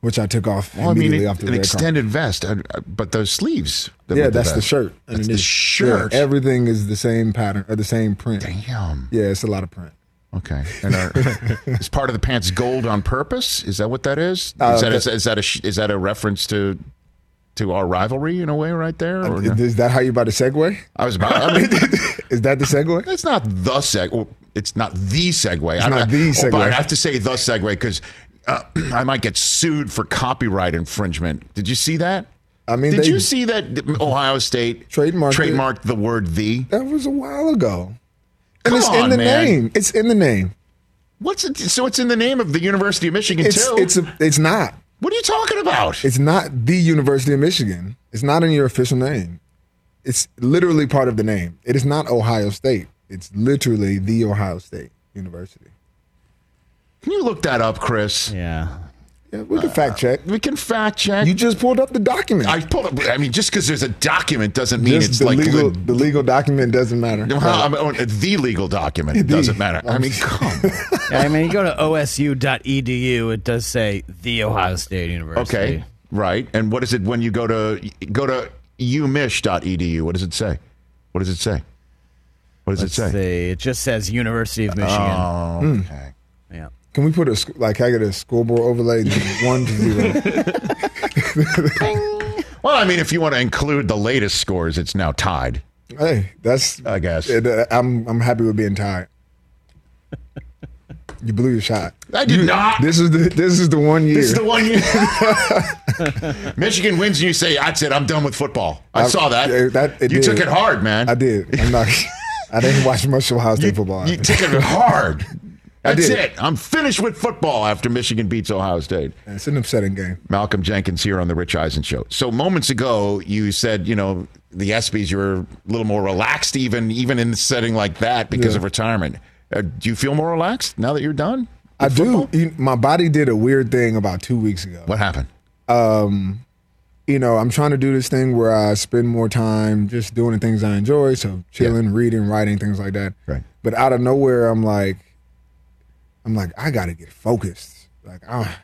L: which I took off
B: Well, I mean,
L: immediately
B: it-
L: after the
B: an
L: red carpet.
B: extended vest, uh, uh, but those sleeves. that
L: Yeah,
B: with
L: that's the
B: vest.
L: shirt.
B: That's the
L: underneath.
B: shirt.
L: Yeah, everything is the same pattern or the same print.
B: Damn.
L: Yeah, it's a lot of print.
B: Okay. And are, [laughs] is part of the pants gold on purpose? Is that what that is? Is
L: Uh,
B: that,
L: the-
B: is, is that a sh- is that a reference to to our rivalry in a way, right there? Or no?
L: Is that how you about to segue?
B: I was about. I mean,
L: [laughs]
B: [laughs]
L: Is that the segue?
B: it's not the seg. well, It's not the segue.
L: It's
B: I
L: not the
B: oh, but I
L: segue.
B: have to say the segue because uh, [clears throat] I might get sued for copyright infringement. Did you see that?
L: I mean,
B: Did
L: they-
B: you see that Ohio State
L: Trademarked it.
B: trademarked the word "the"?
L: That was a while ago. And
B: Come
L: it's
B: on,
L: in the
B: man.
L: name. It's in the name.
B: What's it, so? It's in the name of the University of Michigan
L: It's
B: too.
L: it's a, it's not.
B: what are you talking about?
L: It's not the University of Michigan. It's not in your official name. It's literally part of the name. It is not Ohio State. It's literally the Ohio State University.
B: Can you look that up, Chris?
E: Yeah.
L: Yeah, we can fact check.
B: We can fact check.
L: You just pulled up the document.
B: Ah. I pulled up. I mean, just because there's a document doesn't mean
L: Just
B: it's
L: the
B: like
L: legal,
B: leg-
L: the legal document doesn't matter.
B: No, I- I mean, oh, the legal document. It
L: The-
B: doesn't matter. I mean,
L: [laughs]
B: come. on.
E: Yeah, I mean, you go to osu.edu, E it does say The Ohio State University.
B: Okay, right. And what is it when you go to go to umich.edu? What does it say? What does it say? What does
E: Let's
B: it say?
E: see. It just says University of Michigan.
B: Oh, okay.
L: Hmm.
E: Yeah.
L: Can we put a sc- like I get a scoreboard overlay just one to
B: [laughs]
L: zero?
B: Well, I mean, if you want to include the latest scores, it's now tied.
L: hey, that's
B: I guess.
L: it, uh, I'm I'm happy with being tied. You blew your shot.
B: I did
L: You-
B: not.
L: This is the this is the one year.
B: This is the one you.
L: [laughs]
B: Michigan wins, and you say, "That's it. I'm done with football." I,
L: I-
B: saw that.
L: yeah, that- it
B: you
L: did.
B: took it hard, man.
L: I did. I'm not. [laughs] I didn't watch much Ohio State football.
B: You took it hard.
L: [laughs] I
B: That's
L: did.
B: it. I'm finished with football after Michigan beats Ohio State.
L: It's an upsetting game.
B: Malcolm Jenkins here on the Rich Eisen show. So moments ago, you said you know the ESPYS you were a little more relaxed, even even in a setting like that because
L: Yeah.
B: of retirement. Uh, do you feel more relaxed now that you're done?
L: I do. You- my body did a weird thing about two weeks ago.
B: What happened?
L: Um, you know, I'm trying to do this thing where I spend more time just doing the things I enjoy, so chilling, reading, writing, things like that.
B: Right.
L: But out of nowhere, I'm like, I'm like, I gotta get focused. Like, ah,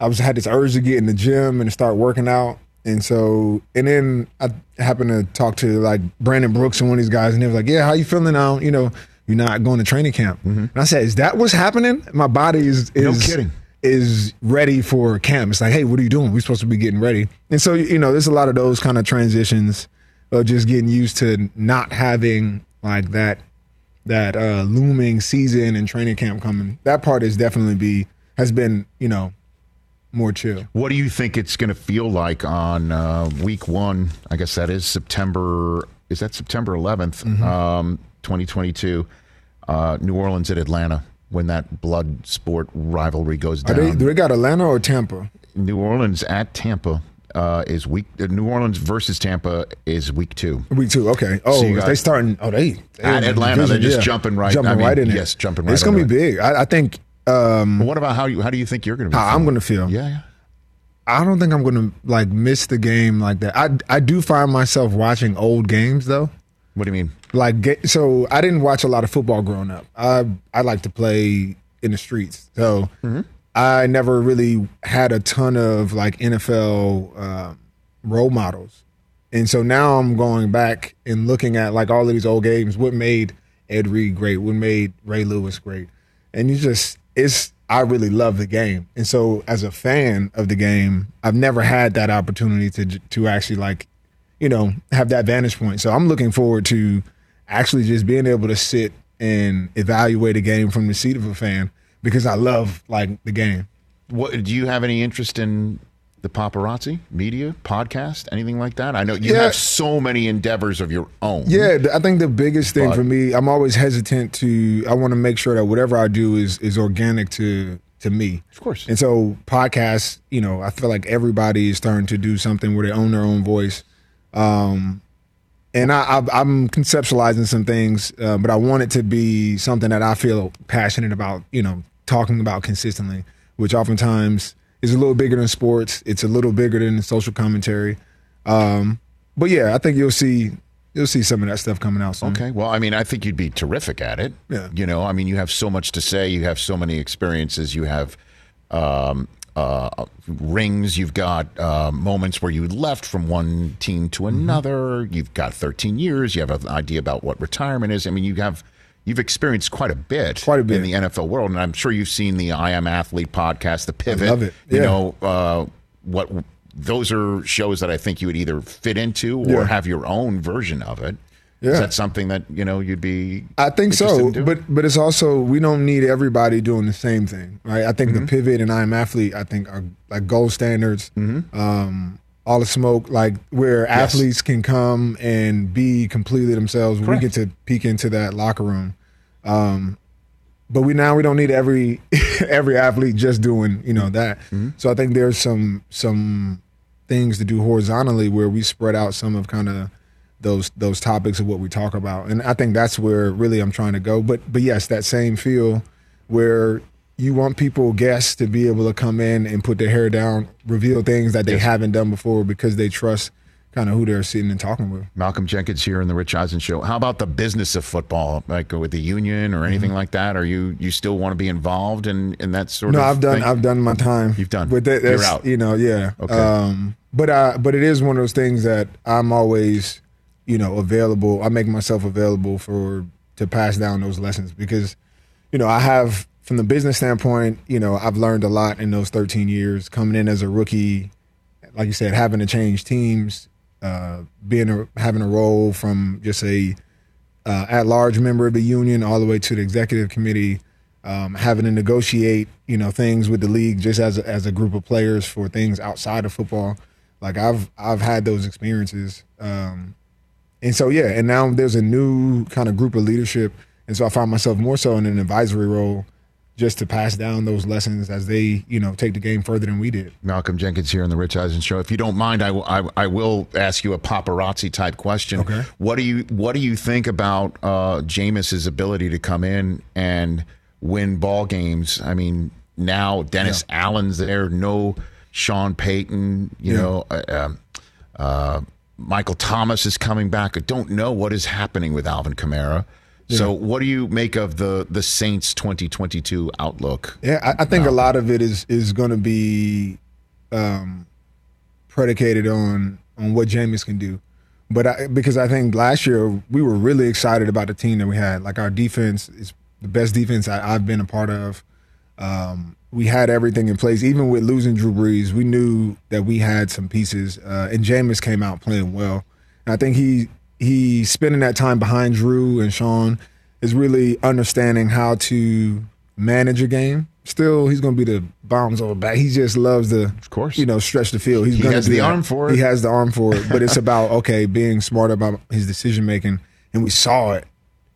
L: I, I was had this urge to get in the gym and start working out, and so, and then I happened to talk to like Brandon Brooks and one of these guys, and they was like, "Yeah, how you feeling now? You know, you're not going to training camp." And I said, "Is that what's happening? My body is is
B: Mm-hmm. No kidding.
L: is ready for camp. It's like, hey, what are you doing? We're supposed to be getting ready. And so, you know, there's a lot of those kind of transitions of just getting used to not having like that that uh looming season and training camp coming. That part is definitely be has been, you know, more chill.
B: What do you think it's going to feel like on uh, week one? I guess that is September. Is that September 11th,
L: Mm-hmm.
B: um, 2022? Uh, New Orleans at Atlanta when that blood sport rivalry goes
L: Are
B: down.
L: they do they got Atlanta or Tampa?
B: New Orleans at Tampa uh, is week. Uh, New Orleans versus Tampa is week two.
L: Week two, okay. Oh,
B: So you got-
L: they starting. Oh, they, they
B: At
L: in the
B: Atlanta, they're
L: division,
B: just
L: yeah.
B: jumping right-
L: jumping
B: I mean,
L: right in. it.
B: yes, jumping right
L: It's gonna be
B: under
L: big. I, I think. Um,
B: what about how you? How do you think you're going to?
L: How Ah, I'm going to feel?
B: Yeah, yeah.
L: I don't think I'm going to like miss the game like that. I I do find myself watching old games though.
B: What do you mean?
L: Like ga- so, I didn't watch a lot of football growing up. I I like to play in the streets, so I never really had a ton of like NFL um, role models. And so now I'm going back and looking at like all of these old games. What made Ed Reed great? What made Ray Lewis great? And you just, it's, I really love the game. And so as a fan of the game, I've never had that opportunity to, to actually like, you know, have that vantage point. So I'm looking forward to actually just being able to sit and evaluate a game from the seat of a fan because I love like the game.
B: What do you have any interest in the paparazzi media podcast, anything like that? I know you
L: Yeah.
B: have so many endeavors of your own.
L: Yeah, th- I think the biggest thing
B: But-
L: for me, I'm always hesitant to. I want to make sure that whatever I do is is organic to to me. Of
B: course.
L: And so podcasts, you know, I feel like everybody is starting to do something where they own their own voice. Um, and I, I, I'm conceptualizing some things, uh, but I want it to be something that I feel passionate about. You know, talking about consistently, which oftentimes is a little bigger than sports. It's a little bigger than social commentary. Um, but yeah, I think you'll see you'll see some of that stuff coming out soon.
B: Okay. Well, I mean, I think you'd be terrific at it.
L: Mm-hmm. Yeah.
B: You know, I mean, you have so much to say. You have so many experiences. You have um, uh, rings. You've got uh, moments where you left from one team to
L: Mm-hmm.
B: another. You've got 13 years. You have an idea about what retirement is. I mean, you have you've experienced quite a bit, quite a bit in the NFL world, and I'm sure you've seen the I Am Athlete podcast, the Pivot.
L: love it.
B: You
L: Yeah.
B: know uh, what? Those are shows that I think you would either fit into or
L: Yeah.
B: have your own version of it. Is
L: Yeah.
B: that something that you know you'd be?
L: I think
B: interested
L: so,
B: in doing?
L: but but it's also we don't need everybody doing the same thing, right? I think
G: Mm-hmm.
L: the pivot and I am athlete, I think are like gold standards. Um, all the smoke, like where
B: Yes.
L: athletes can come and be completely themselves. We get to peek into that locker room, um, but we now we don't need every [laughs] every athlete just doing you know that. So I think there's some some things to do horizontally where we spread out some of kind of those those topics of what we talk about and i think that's where really i'm trying to go but but yes that same feel where you want people guests to be able to come in and put their hair down reveal things that they haven't done before because they trust kind of who they're sitting and talking with
B: Malcolm Jenkins here in the Rich Eisen show. How about the business of football, like with the union or
L: Mm-hmm.
B: anything like that? Are you you still want to be involved in in that sort
L: no
B: of?
L: i've done
B: thing?
L: i've done my time
B: You've done.
L: but that,
B: You're
L: that's
B: out.
L: you know yeah
B: Okay.
L: um but i but it is one of those things that i'm always you know available i make myself available for to pass down those lessons because you know, I have from the business standpoint, you know, I've learned a lot in those 13 years coming in as a rookie, like you said, having to change teams, uh, being a, having a role from just a uh, at-large member of the union all the way to the executive committee, um, having to negotiate, you know, things with the league just as a, as a group of players for things outside of football. Like I've I've had those experiences, um, And so yeah, and now there's a new kind of group of leadership, and so I find myself more so in an advisory role, just to pass down those lessons as they you know take the game further than we did.
B: Malcolm Jenkins here on the Rich Eisen Show. If you don't mind, I, w- I, I will ask you a paparazzi type question. Okay. What do you What do you think about uh, Jameis's ability to come in and win ball games? I mean, now Dennis Allen's there, no Sean Payton. You
L: Yeah.
B: know, uh, um, uh, Michael Thomas is coming back. I don't know what is happening with Alvin Kamara. So, what do you make of the the Saints 2022 outlook?
L: Yeah, I, I think a lot of it is is going to be um, predicated on on what Jameis can do, but I, because I think last year we were really excited about the team that we had. Like our defense is the best defense I, I've been a part of. Um, we had everything in place, even with losing Drew Brees. We knew that we had some pieces, uh, and Jameis came out playing well. And I think he he spending that time behind Drew and Sean is really understanding how to manage a game. Still, he's going to be the bombs over back. He just loves the, of
B: course,
L: you know, stretch the field. He's
B: He
L: gonna
B: has
L: do
B: the
L: that.
B: arm for it.
L: He has the arm for it, but it's about okay being smart about his decision making, and we saw it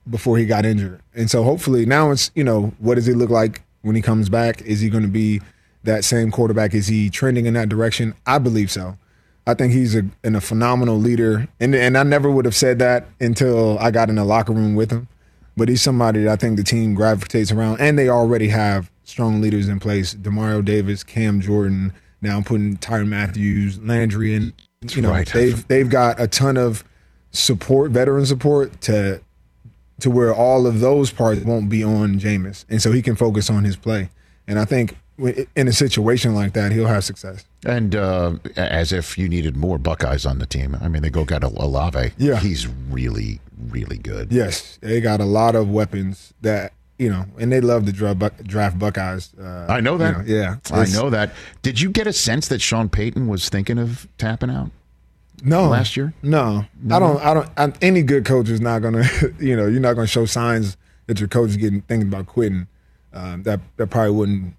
L: before he got injured. And so hopefully now it's, you know, what does he look like when he comes back? Is he going to be that same quarterback? Is he trending in that direction? I believe so. I think he's a, and a phenomenal leader. And, and I never would have said that until I got in the locker room with him. But he's somebody that I think the team gravitates around. And they already have strong leaders in place Demario Davis, Cam Jordan, now putting Tyron Matthews, Landry, and, you know,
B: right.
L: they've, they've got a ton of support, veteran support to to where all of those parts won't be on Jameis, and so he can focus on his play. And I think w- in a situation like that, he'll have success.
B: And uh, as if you needed more Buckeyes on the team. I mean, they go got Al- Alave.
L: Yeah.
B: he's really, really good.
L: Yes, they got a lot of weapons that you know, and they love to draft, buck, draft Buckeyes. Uh,
B: I know that.
L: you yeah,
B: I
L: It's-
B: know that. Did you get a sense that Sean Payton was thinking of tapping out?
L: No,
B: last year?
L: No, I don't. I don't. I, any good coach is not gonna. [laughs] You know, you're not gonna show signs that your coach is getting thinking about quitting. Um, that that probably wouldn't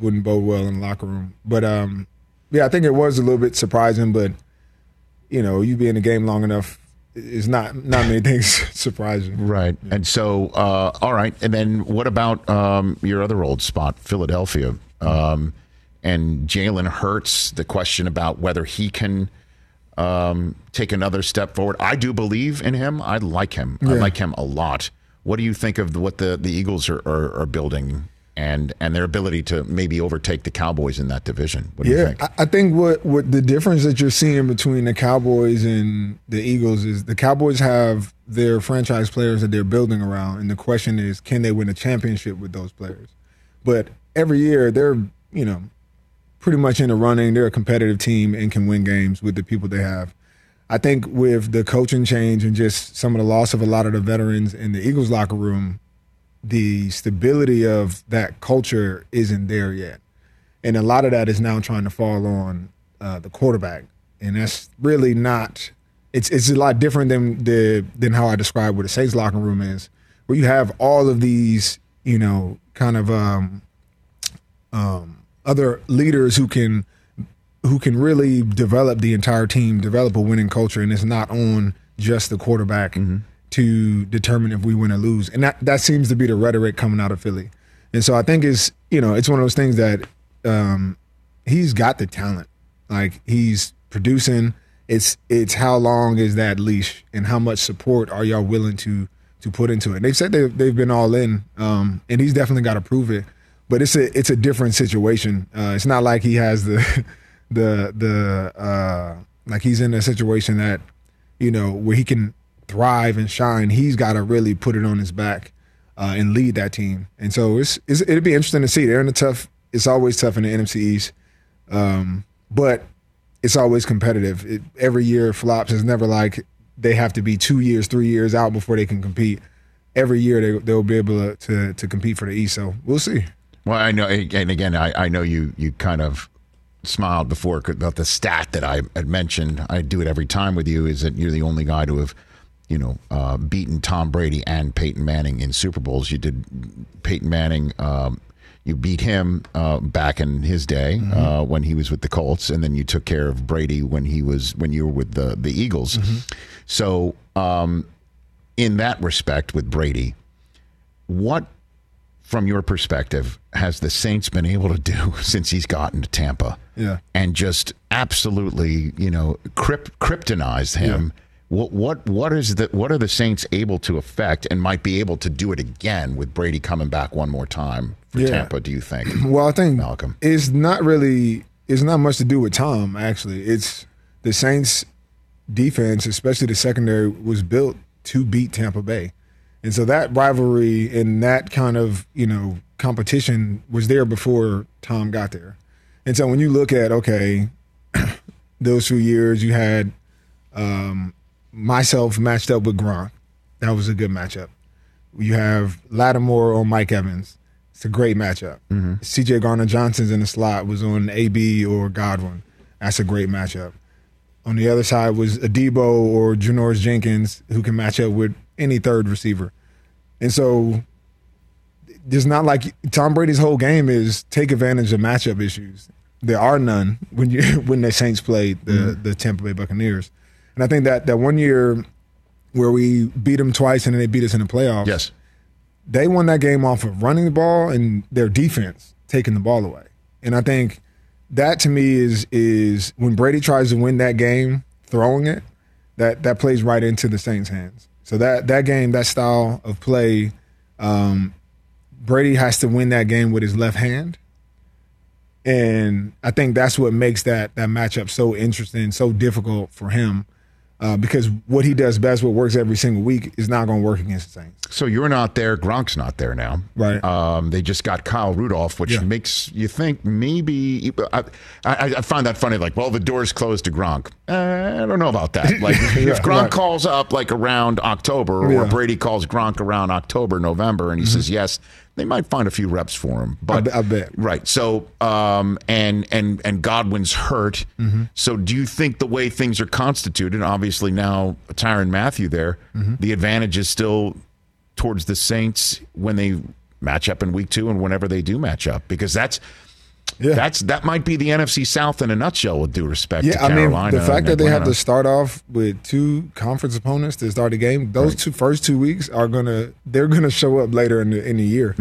L: wouldn't bode well in the locker room. But um, yeah, I think it was a little bit surprising. But you know, you be in the game long enough, it's not not many [laughs] things surprising.
B: Right. And so, uh, all right. And then what about um, your other old spot, Philadelphia? Um, and Jalen Hurts, the question about whether he can um, take another step forward. I do believe in him. I like him. I
L: Yeah.
B: like him a lot. What do you think of what the, the Eagles are, are, are building and, and their ability to maybe overtake the Cowboys in that division? What do you
L: yeah,
B: think?
L: I, I think what what the difference that you're seeing between the Cowboys and the Eagles is the Cowboys have their franchise players that they're building around, and the question is, can they win a championship with those players? But every year they're you know pretty much in the running. They're a competitive team and can win games with the people they have. I think with the coaching change and just some of the loss of a lot of the veterans in the Eagles locker room, the stability of that culture isn't there yet. And a lot of that is now trying to fall on uh, the quarterback. And that's really not it's it's a lot different than the than how I describe what the Saints locker room is, where you have all of these, you know, kind of um um other leaders who can who can really develop the entire team, develop a winning culture, and it's not on just the quarterback to determine if we win or lose. And that that seems to be the rhetoric coming out of Philly. And so I think it's you know it's one of those things that um, he's got the talent, like he's producing. It's it's how long is that leash, and how much support are y'all willing to to put into it? They've said they they've been all in, um, and he's definitely got to prove it but it's a it's a different situation. Uh, it's not like he has the [laughs] the the uh, like he's in a situation that you know where he can thrive and shine. He's got to really put it on his back uh, and lead that team. And so it's, it's it'd be interesting to see. They're in a tough. It's always tough in the NFC East, um, but it's always competitive. It, every year flops. It's never like they have to be two years, three years out before they can compete. Every year they, they'll be able to, to to compete for the East. So we'll see.
B: Well, I know, and again, I, I know you you kind of smiled before about the stat that I had mentioned. I do it every time with you. Is that you're the only guy to have, you know, uh, beaten Tom Brady and Peyton Manning in Super Bowls. You did Peyton Manning. Um, You beat him uh, back in his day uh, when he was with the Colts, and then you took care of Brady when he was when you were with the the Eagles. So, um, in that respect, with Brady, what from your perspective has the Saints been able to do [laughs] since he's gotten to Tampa?
L: Yeah.
B: and just absolutely, you know, crypt, kryptonized him. What what what is the what are the Saints able to affect and might be able to do it again with Brady coming back one more time for
L: Yeah.
B: Tampa? Do you
L: [clears throat]
B: think?
L: well, I think Malcolm. It's not really. It's not much to do with Tom. Actually, it's the Saints' defense, especially the secondary, was built to beat Tampa Bay, and so that rivalry and that kind of you know competition was there before Tom got there, and so when you look at okay, [clears throat] those few years you had um, myself matched up with Gronk, that was a good matchup. You have Lattimore on Mike Evans. It's a great matchup.
B: Mhm.
L: CJ Garner Johnson's in the slot was on AB or Godwin. That's a great matchup. On the other side was Adebo or Janoris Jenkins, who can match up with any third receiver. And so there's not like Tom Brady's whole game is take advantage of matchup issues. There are none [laughs] when you when the Saints played the the Tampa Bay Buccaneers, and I think that that one year where we beat them twice and then they beat us in the playoffs. Yes, they won that game off of running the ball and their defense taking the ball away, and I think that to me is is when Brady tries to win that game throwing it, that that plays right into the Saints' hands. So that that game, that style of play. Um, Brady has to win that game with his left hand. And I think that's what makes that that matchup so interesting, so difficult for him, uh, because what he does best, what works every single week, is not going to work against the Saints.
B: So you're not there. Gronk's not there now. Right. Um, they just got Kyle Rudolph, which makes you think maybe. I, I, I find that funny. Like, well, the door's closed to Gronk. Uh, I don't know about
L: [laughs]
B: that. Like,
L: Yeah,
B: if Gronk
L: right.
B: calls up like around October,
L: Yeah. Mm-hmm.
B: or Brady calls Gronk around October, November, and he says yes, they might find a few reps for him. But
L: I bet.
B: Right. So, um, and and and Godwin's hurt.
L: Mm-hmm.
B: So, do you think the way things are constituted, obviously now Tyron Matthew there,
L: Mm-hmm.
B: the advantage is still towards the Saints when they match up in Week Two and whenever they do match up, because that's. That's that might be the NFC South in a nutshell, with due respect to
L: Yeah, I mean,
B: Carolina.
L: the fact
B: and
L: that they have
B: Atlanta.
L: to start off with two conference opponents to start the game, those two first two weeks are gonna they're gonna show up later in the in the year,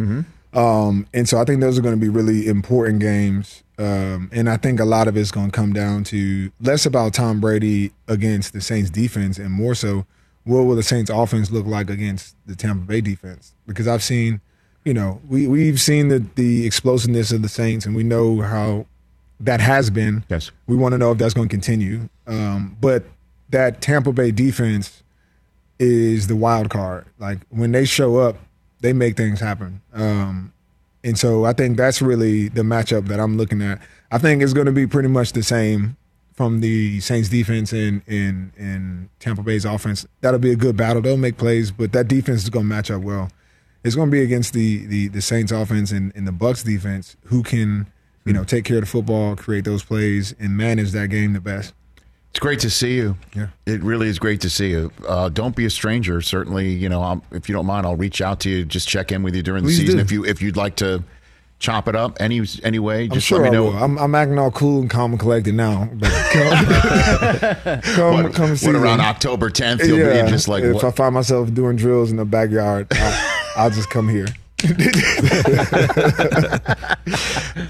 L: um, and so I think those are going to be really important games. Um, and I think a lot of it's going to come down to less about Tom Brady against the Saints defense and more so what will the Saints offense look like against the Tampa Bay defense? Because I've seen, you know, we we've seen the the explosiveness of the Saints and we know how that has been.
B: Yes.
L: We want to know if that's going to continue. Um, but that Tampa Bay defense is the wild card. Like when they show up, they make things happen. Um, and so I think that's really the matchup that I'm looking at. I think it's going to be pretty much the same from the Saints defense and in in Tampa Bay's offense. That'll be a good battle. They'll make plays, but that defense is going to match up well. It's going to be against the the, the Saints offense and, and the Bucks defense, who can you know take care of the football, create those plays, and manage that game the best.
B: It's great to see you.
L: Yeah.
B: It really is great to see you. Uh, don't be a stranger. Certainly, you know, i if you don't mind, I'll reach out to you. Just check in with you during the
L: Please
B: season
L: do.
B: if you if you'd like to chop it up any any way. Just
L: I'm sure
B: let me know.
L: I will. I'm, I'm acting all cool and calm and collected now. But come, [laughs] come,
B: What,
L: come
B: what
L: season.
B: around October 10th, you'll be just like,
L: if
B: what?
L: I find myself doing drills in the backyard,
B: [laughs]
L: I, I'll just come here.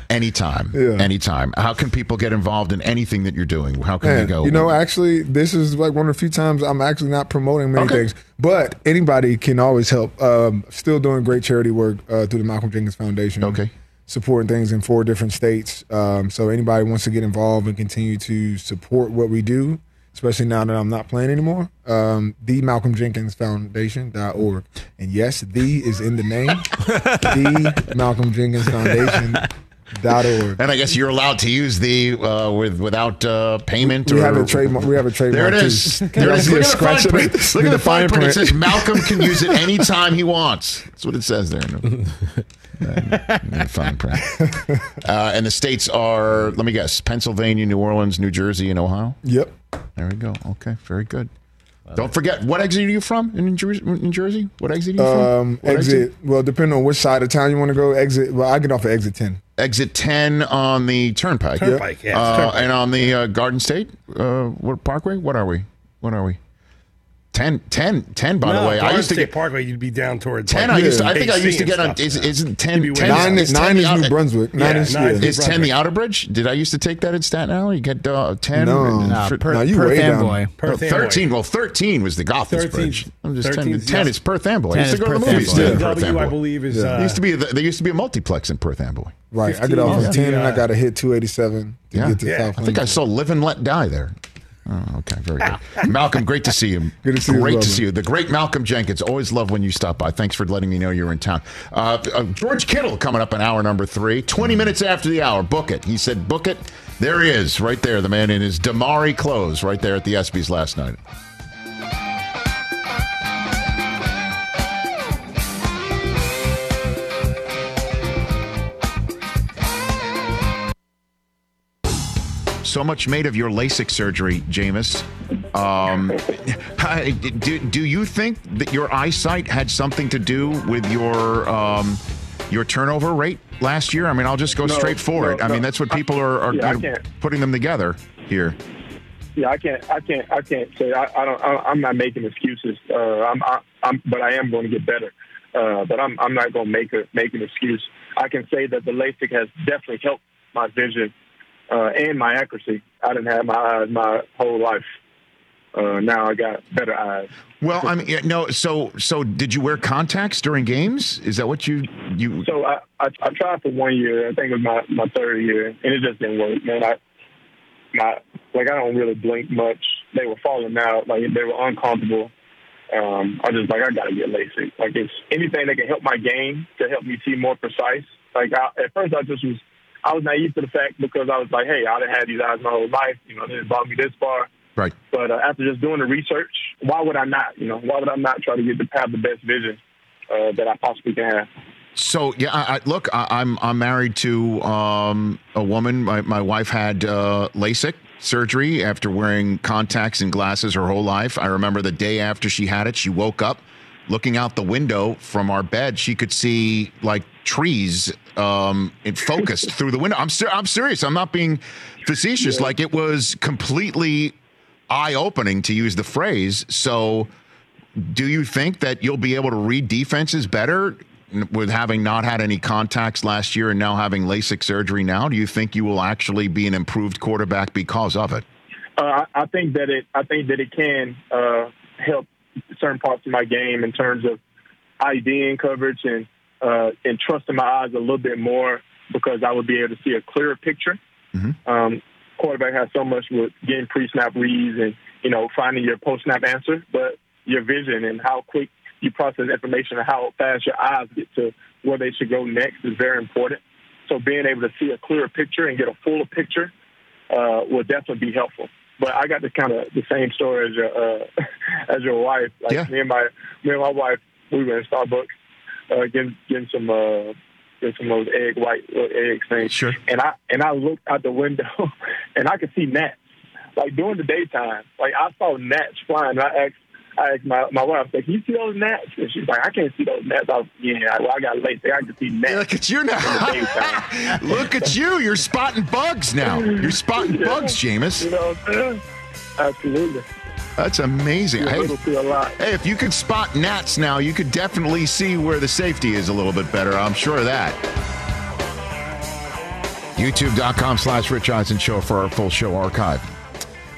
B: anytime,
L: Yeah.
B: anytime. How can people get involved in anything that you're doing? How can they
L: Man,
B: go?
L: You know, actually, this is like one of the few times I'm actually not promoting many
B: Okay.
L: things, but anybody can always help. Um, still doing great charity work uh, through the Malcolm Jenkins Foundation. Okay. Supporting things in four different states. Um, so anybody wants to get involved and continue to support what we do, especially now that I'm not playing anymore, um, the Malcolm Jenkins Foundation.org. And yes, the is in the
B: [laughs]
L: name. the Malcolm Jenkins Foundation.org.
B: and I guess you're allowed to use the uh, with without uh, payment.
L: We
B: or,
L: have a trademark. We have a trademark.
B: There it
L: too. [laughs]
B: is.
L: You
B: There
L: don't
B: it is.
L: see
B: Look
L: us
B: at the fine
L: scratching
B: print.
L: it.
B: Look at the fine print. It
L: print.
B: says Malcolm can use it anytime he wants. That's what it says [laughs] there. Uh, fine print. Uh, and the states are, let me guess, Pennsylvania, New Orleans, New Jersey, and Ohio.
L: Yep.
B: There we go. Okay, very good. Don't forget, what exit are you from in Jer- in Jersey? What exit are you from?
L: Um,
B: What
L: exit. Well, depending on which side of town you want to go, exit. Well, I get off at exit ten.
B: Exit 10 on the Turnpike.
L: Turnpike, yeah, it's
B: Uh,
L: Turnpike.
B: And on the uh, Garden State, uh, what Parkway? What are we? What are we? 10, 10, 10 by the
G: No,
B: way. I
G: Garden
B: used to
G: State
B: get
G: Parkway. You'd be down towards
B: 10. I used to, I think I used to get on. Is, isn't 10?
G: You'd be
B: 10
G: way down.
B: is 10
G: Nine
B: the
G: is New
B: outer-
G: Brunswick. Nine Yeah, is- nine is New
B: is 10 the
G: Brunswick.
B: outer bridge? Did I used to take that in Staten Island? You get uh, 10?
L: No.
B: and-
L: Nah,
B: for-
L: Perth- No, you Perth way down. Amboy.
B: No,
L: Perth Amboy.
B: 13. Well, 13 was the Gothers
G: 13
B: Bridge. I'm just 10.
G: 13
B: 10 is Perth Amboy. I
G: 10
B: used to
G: is
B: go to
G: Perth
B: the movies.
G: Amboy.
B: to
G: Yeah.
B: Perth
G: W, I
B: Amboy.
G: believe, is,
L: Yeah. uh,
B: There used to be a, there used to be a multiplex in Perth Amboy.
L: Right. I get off at ten, and I
B: Yeah.
L: got to hit two eighty seven to
B: Yeah.
L: get to South.
B: I think I saw Live and Let Die there. Oh, okay, very
L: [laughs]
B: good. Malcolm, great to see you. Good to
L: see you as
B: great
L: well,
B: to
L: man.
B: see you. The great Malcolm Jenkins. Always love when you stop by. Thanks for letting me know you're in town. Uh, uh, George Kittle coming up in hour number three.
L: Mm.
B: 20 minutes after the hour. Book it. He said, book it. There he is, right there, the man in his Damari clothes, right there at the ESPYs last night. So much made of your LASIK surgery, Jameis. Um, I- do, do you think that your eyesight had something to do with your um, your turnover rate last year? I mean, I'll just go
K: No,
B: straight for
K: no,
B: it. I mean,
K: no.
B: that's what people are, are
K: Yeah, I
B: kind of
K: can't.
B: putting them together here.
K: Yeah, I can't, I can't, I can't say I, I don't. I, I'm not making excuses. Uh, I'm, I, I'm, but I am going to get better. Uh, but I'm, I'm not going to make a make an excuse. I can say that the LASIK has definitely helped my vision uh, and my accuracy. I didn't have my eyes my whole life. Uh, now I got better eyes.
B: Well, I mean, yeah, no. So, so did you wear contacts during games? Is that what you you?
K: So I, I, I tried for one year. I think it was my, my third year, and it just didn't work, man. I my like I don't really blink much. They were falling out, like they were uncomfortable. Um, I just like I gotta get LASIK. Like it's anything that can help my game to help me see more precise. Like I, at first I just was I was naive to the fact because I was like, hey, I done had these eyes my whole life. You know, they didn't bother me this far.
B: Right.
K: But uh, after just doing the research, why would I not? You know, why would I not try to get the have the best vision uh, that I possibly can have?
B: So yeah, I, I, look, I, I'm I'm married to um, a woman. My, my wife had uh, LASIK surgery after wearing contacts and glasses her whole life. I remember the day after she had it, she woke up looking out the window from our bed. She could see like trees um, it focused through the window. I'm ser- I'm serious. I'm not being facetious. Like it was completely eye opening to use the phrase. So do you think that you'll be able to read defenses better n- with having not had any contacts last year and now having LASIK surgery now? Do you think you will actually be an improved quarterback because of it?
K: Uh, I I think that it. I think that it can uh, help certain parts of my game in terms of IDing coverage and uh, and trusting my eyes a little bit more because I would be able to see a clearer picture. Um, quarterback has so much with getting pre-snap reads and you know finding your post-snap answer, but your vision and how quick you process information and how fast your eyes get to where they should go next is very important. So being able to see a clearer picture and get a fuller picture uh, will definitely be helpful. But I got the kind of the same story as your uh, [laughs] as your wife. Like me and my me and my wife, we were in Starbucks uh, getting getting some uh, getting some of those egg white little egg things. Sure. And I and I looked out the window, [laughs] and I could see gnats. Like during the daytime, like I saw gnats flying. And I asked I asked my my wife, like, "You see those gnats?" And she's like, "I can't see those gnats." I was, yeah, I, well, I got late. I can see gnats.
B: Look at you now.
K: In the daytime.
B: [laughs] Look at you. You're spotting bugs now. You're spotting
K: Yeah.
B: bugs, Jameis.
K: You know what I'm saying? Absolutely.
B: That's amazing.
K: You're
B: Hey,
K: able to see a lot.
B: hey, if you could spot gnats now, you could definitely see where the safety is a little bit better. I'm sure of that. YouTube.com slash Rich Eisen Show for our full show archive.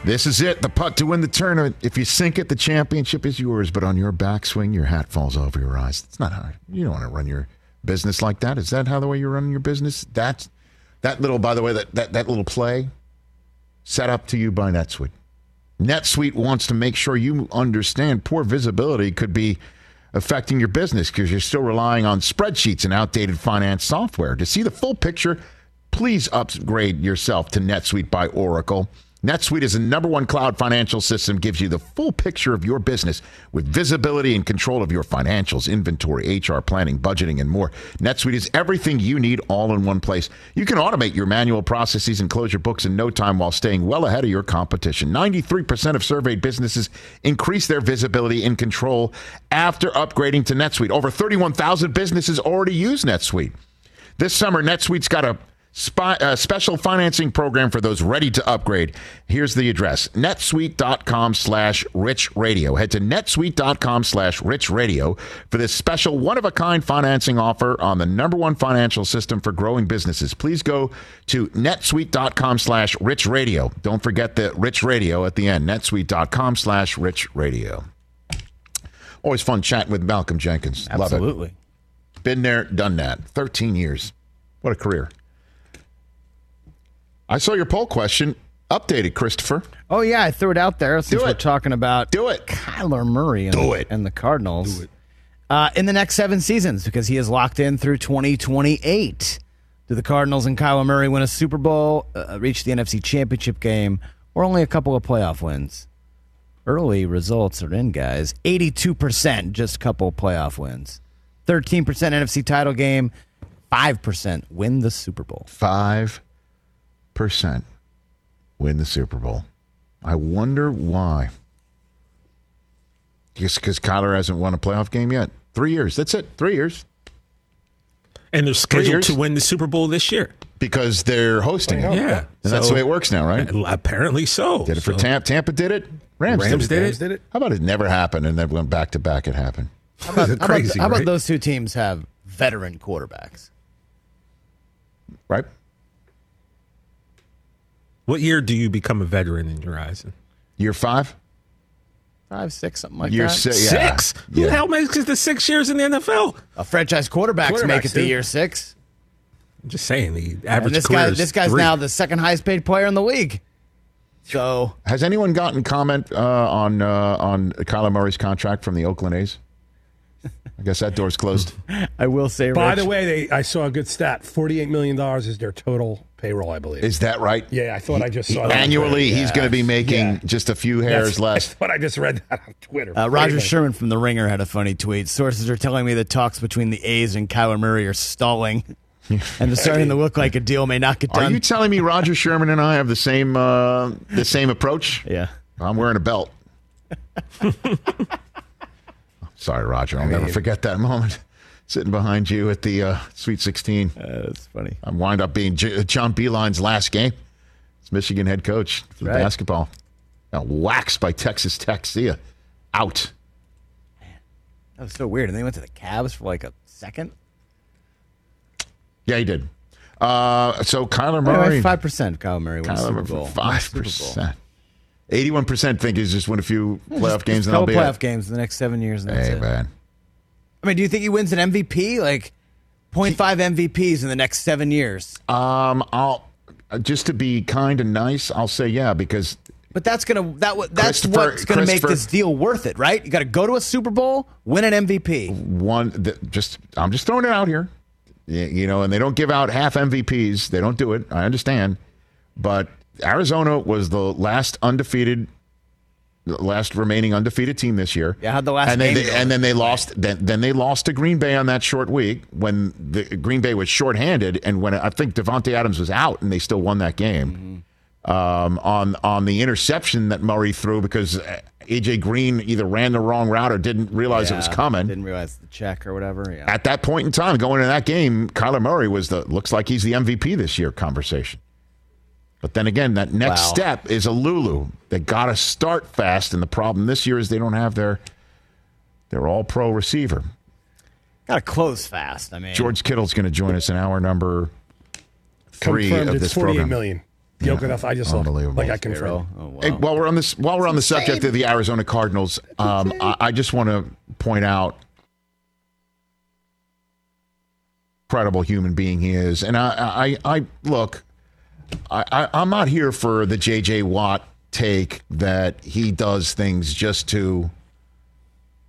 B: This is it, the putt to win the tournament. If you sink it, the championship is yours, but on your backswing, your hat falls over your eyes. It's not how you don't want to run your business like that. Is that how the way you're running your business? That that little, by the way, that that, that little play set up to you by NetSuite. NetSuite wants to make sure you understand poor visibility could be affecting your business because you're still relying on spreadsheets and outdated finance software. To see the full picture, please upgrade yourself to NetSuite by Oracle. NetSuite is the number one cloud financial system, gives you the full picture of your business with visibility and control of your financials, inventory, HR planning, budgeting, and more. NetSuite is everything you need all in one place. You can automate your manual processes and close your books in no time while staying well ahead of your competition. 93% of surveyed businesses increase their visibility and control after upgrading to NetSuite. Over 31,000 businesses already use NetSuite. This summer, NetSuite's got a spy, uh, special financing program for those ready to upgrade. Here's the address, netsuite.com slash rich radio. Head to netsuite.com slash rich radio for this special one-of-a-kind financing offer on the number one financial system for growing businesses. Please go to netsuite.com slash rich radio. Don't forget the rich radio at the end, netsuite.com slash rich radio. Always fun chatting with Malcolm Jenkins. Love
M: Absolutely.
B: it. Been there, done that. 13 years. What a career. I saw your poll question updated, Christopher.
E: Oh yeah, I threw it out there since we're talking about
B: do it,
E: Kyler Murray, and, do it, and the Cardinals. Do it. Uh, in the next seven seasons, because he is locked in through 2028. Do the Cardinals and Kyler Murray win a Super Bowl, uh, reach the NFC Championship game, or only a couple of playoff wins? Early results are in, guys. 82%, just a couple of playoff wins. 13% NFC title game, 5% win the Super Bowl.
B: 5%. win the Super Bowl. I wonder why. Just because Kyler hasn't won a playoff game yet. Three years. That's it. Three years.
F: And they're
B: Three
F: scheduled
B: years.
F: to win the Super Bowl this year.
B: Because they're hosting it.
F: Yeah.
B: And that's
F: So-
B: the way it works now, right?
F: Apparently so.
B: Did it for
F: So-
B: Tampa. Tampa did it. Rams,
F: Rams
B: did,
F: did
B: it.
F: it. Rams did it.
B: How about it never happened and then went back to back? It happened.
E: How
F: [laughs]
E: about, how about-
B: Crazy,
E: how about
B: right?
E: those two teams have veteran quarterbacks?
B: Right.
F: What year do you become a veteran in your eyes?
B: Year five?
E: Five, six, something like
F: year
E: that.
F: six. Six? Who the hell makes it to six years in the NFL?
E: A franchise quarterbacks, make it to
F: Quarterbacks, dude.
E: year six.
F: I'm just saying the
E: And
F: average
E: this
F: career
E: guy,
F: is
E: this guy's
F: three.
E: now the second highest paid player in the league. So
B: Has anyone gotten comment uh, on uh, on Kyler Murray's contract from the Oakland A's? I guess that door's closed.
E: I will say,
G: By
B: Rich.
G: the way, they I saw a good stat. Forty-eight million dollars is their total payroll, I believe.
B: Is that right?
G: Yeah, Oh, I thought I just
B: He-
G: saw that.
B: annually. He's
G: Yeah.
B: going to be making
G: Yeah.
B: just a few
G: That's-
B: hairs
G: [laughs]
B: less.
G: I thought I just read that on Twitter.
E: Uh, Roger
G: Anyway.
E: Sherman from The Ringer had a funny tweet. Sources are telling me the talks between the A's and Kyler Murray are stalling, and it's starting to look like a deal may not get
B: Are
E: done.
B: you telling me Roger Sherman and I have the same uh, the same
E: [laughs]
B: approach?
E: Yeah,
B: I'm wearing a belt. Sorry, Roger. I'll never
N: mean-
B: forget that moment sitting behind you at the uh, Sweet 16.
E: that's funny.
B: I wind up being J- uh, John Beeline's last game. It's Michigan head coach for
E: right.
B: basketball. Got waxed by Texas Tech. See ya. Out.
E: that was so weird. And they went to the Cavs for like a second.
B: Yeah, he did. Uh, so Kyler Murray.
E: Five percent. Kyler Murray wins
B: Kyler
E: Super
B: Murray
E: Bowl.
B: for 5%. 81% think he's just win a few playoff games and
E: couple
B: that'll be
E: playoff
B: it.
E: games in the next seven years. And that's
B: Hey,
E: it.
B: man.
E: I mean, do you think he wins an MVP? Like 0.5 MVPs in the next seven years.
B: Um, I'll just to be kind and nice, I'll say yeah because
E: But that's gonna that w- that's
B: Christopher-
E: what's gonna make
B: Christopher-
E: this deal worth it, right? You got to go to a Super Bowl, win an MVP.
B: one that just I'm just throwing it out here, Y- you know, and they don't give out half MVPs. They don't do it. I understand, but Arizona was the last undefeated, the last remaining undefeated team this year.
E: Yeah, how'd the last
B: and then
E: game
B: they,
E: go?
B: and then they lost. Then, then they lost to Green Bay on that short week when the Green Bay was shorthanded, and when I think Devontae Adams was out, and they still won that game.
E: Mm-hmm.
B: um, on on the interception that Murray threw because uh, AJ Green either ran the wrong route or didn't realize it was
E: Yeah,
B: coming.
E: Uh, Didn't realize the check or whatever. Yeah.
B: At that point in time, going into that game, Kyler Murray was the looks like he's the MVP this year conversation. But then again, that next
E: Wow.
B: step is a Lulu. They got to start fast, and the problem this year is they don't have their their All Pro receiver.
E: Got to close fast. I mean,
B: George Kittle's going to join us in hour number three
G: Confirmed
B: of
G: it's
B: this
G: 48
B: program.
G: million. Yoke enough. I just looked.
B: Unbelievable.
G: Like I confirmed.
B: Hey, while we're on this, while we're on the
G: It's insane.
B: subject of the Arizona Cardinals, um, I, I just want to point out incredible human being he is, and I, I, I look, I, I, I'm not here for the J.J. Watt take that he does things just to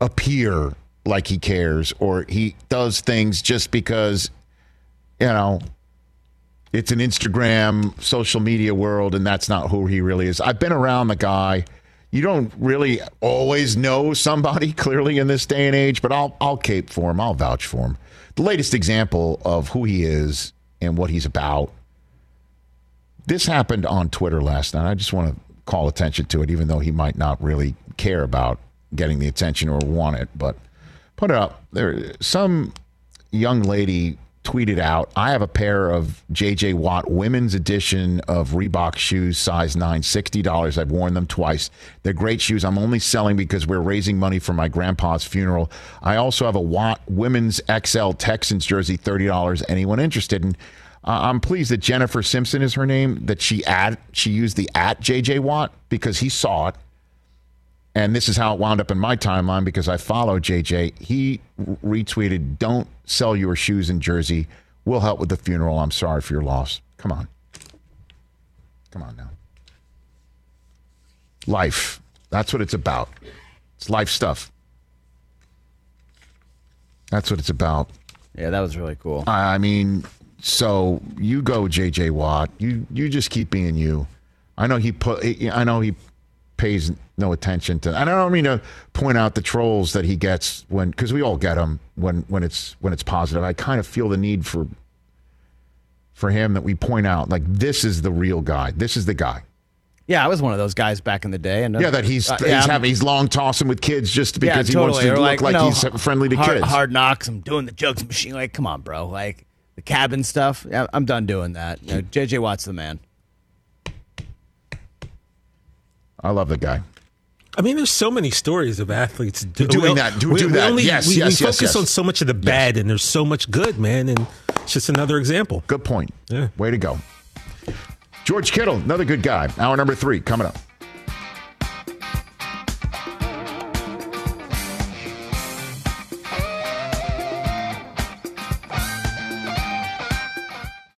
B: appear like he cares, or he does things just because, you know, it's an Instagram social media world, and that's not who he really is. I've been around the guy. You don't really always know somebody [laughs] clearly in this day and age, but I'll I'll cape for him. I'll vouch for him. The latest example of who he is and what he's about. This happened on Twitter last night. I just want to call attention to it, even though he might not really care about getting the attention or want it. But put it up there. Some young lady tweeted out, I have a pair of JJ Watt women's edition of Reebok shoes, size nine, $60. I've worn them twice. They're great shoes. I'm only selling because we're raising money for my grandpa's funeral. I also have a Watt women's XL Texans jersey, $30. Anyone interested? And uh, I'm pleased that Jennifer Simpson is her name, that she at she used the at JJ Watt because he saw it and this is how it wound up in my timeline because I follow JJ. He retweeted, "Don't sell your shoes in Jersey. We'll help with the funeral. I'm sorry for your loss. Come on, come on now. Life. That's what it's about. It's life stuff. That's what it's about.
E: Yeah, that was really cool.
B: I I mean, so you go, JJ Watt. You you just keep being you. I know he put. I know he pays no attention to. And I don't mean to point out the trolls that he gets when, because we all get them when when it's when it's positive. I kind of feel the need for for him that we point out like this is the real guy. This is the guy.
E: Yeah, I was one of those guys back in the day. And
B: Yeah, that he's
E: Uh,
B: he's
E: yeah, I'm-
B: having he's long tossing with kids just
E: Yeah,
B: because he wants to
E: totally. Or
B: look like,
E: you know,
B: he's friendly to
E: hard,
B: kids.
E: Hard knocks. I'm doing the jokes machine. Like, come on, bro. Like the cabin stuff. yeah, I'm done doing that. You know, JJ Watt's the man.
B: I love the guy.
F: I mean, there's so many stories of athletes do-
B: Doing
F: we-
B: that, do-
F: we,
B: do
F: we
B: that.
F: Only,
B: Yes,
F: we,
B: yes,
F: we
B: yes,
F: focus
B: yes.
F: on so much of the bad, and there's so much good, man. And it's just another example.
B: Good point. Way to go. George Kittle, another good guy. Hour number three coming up.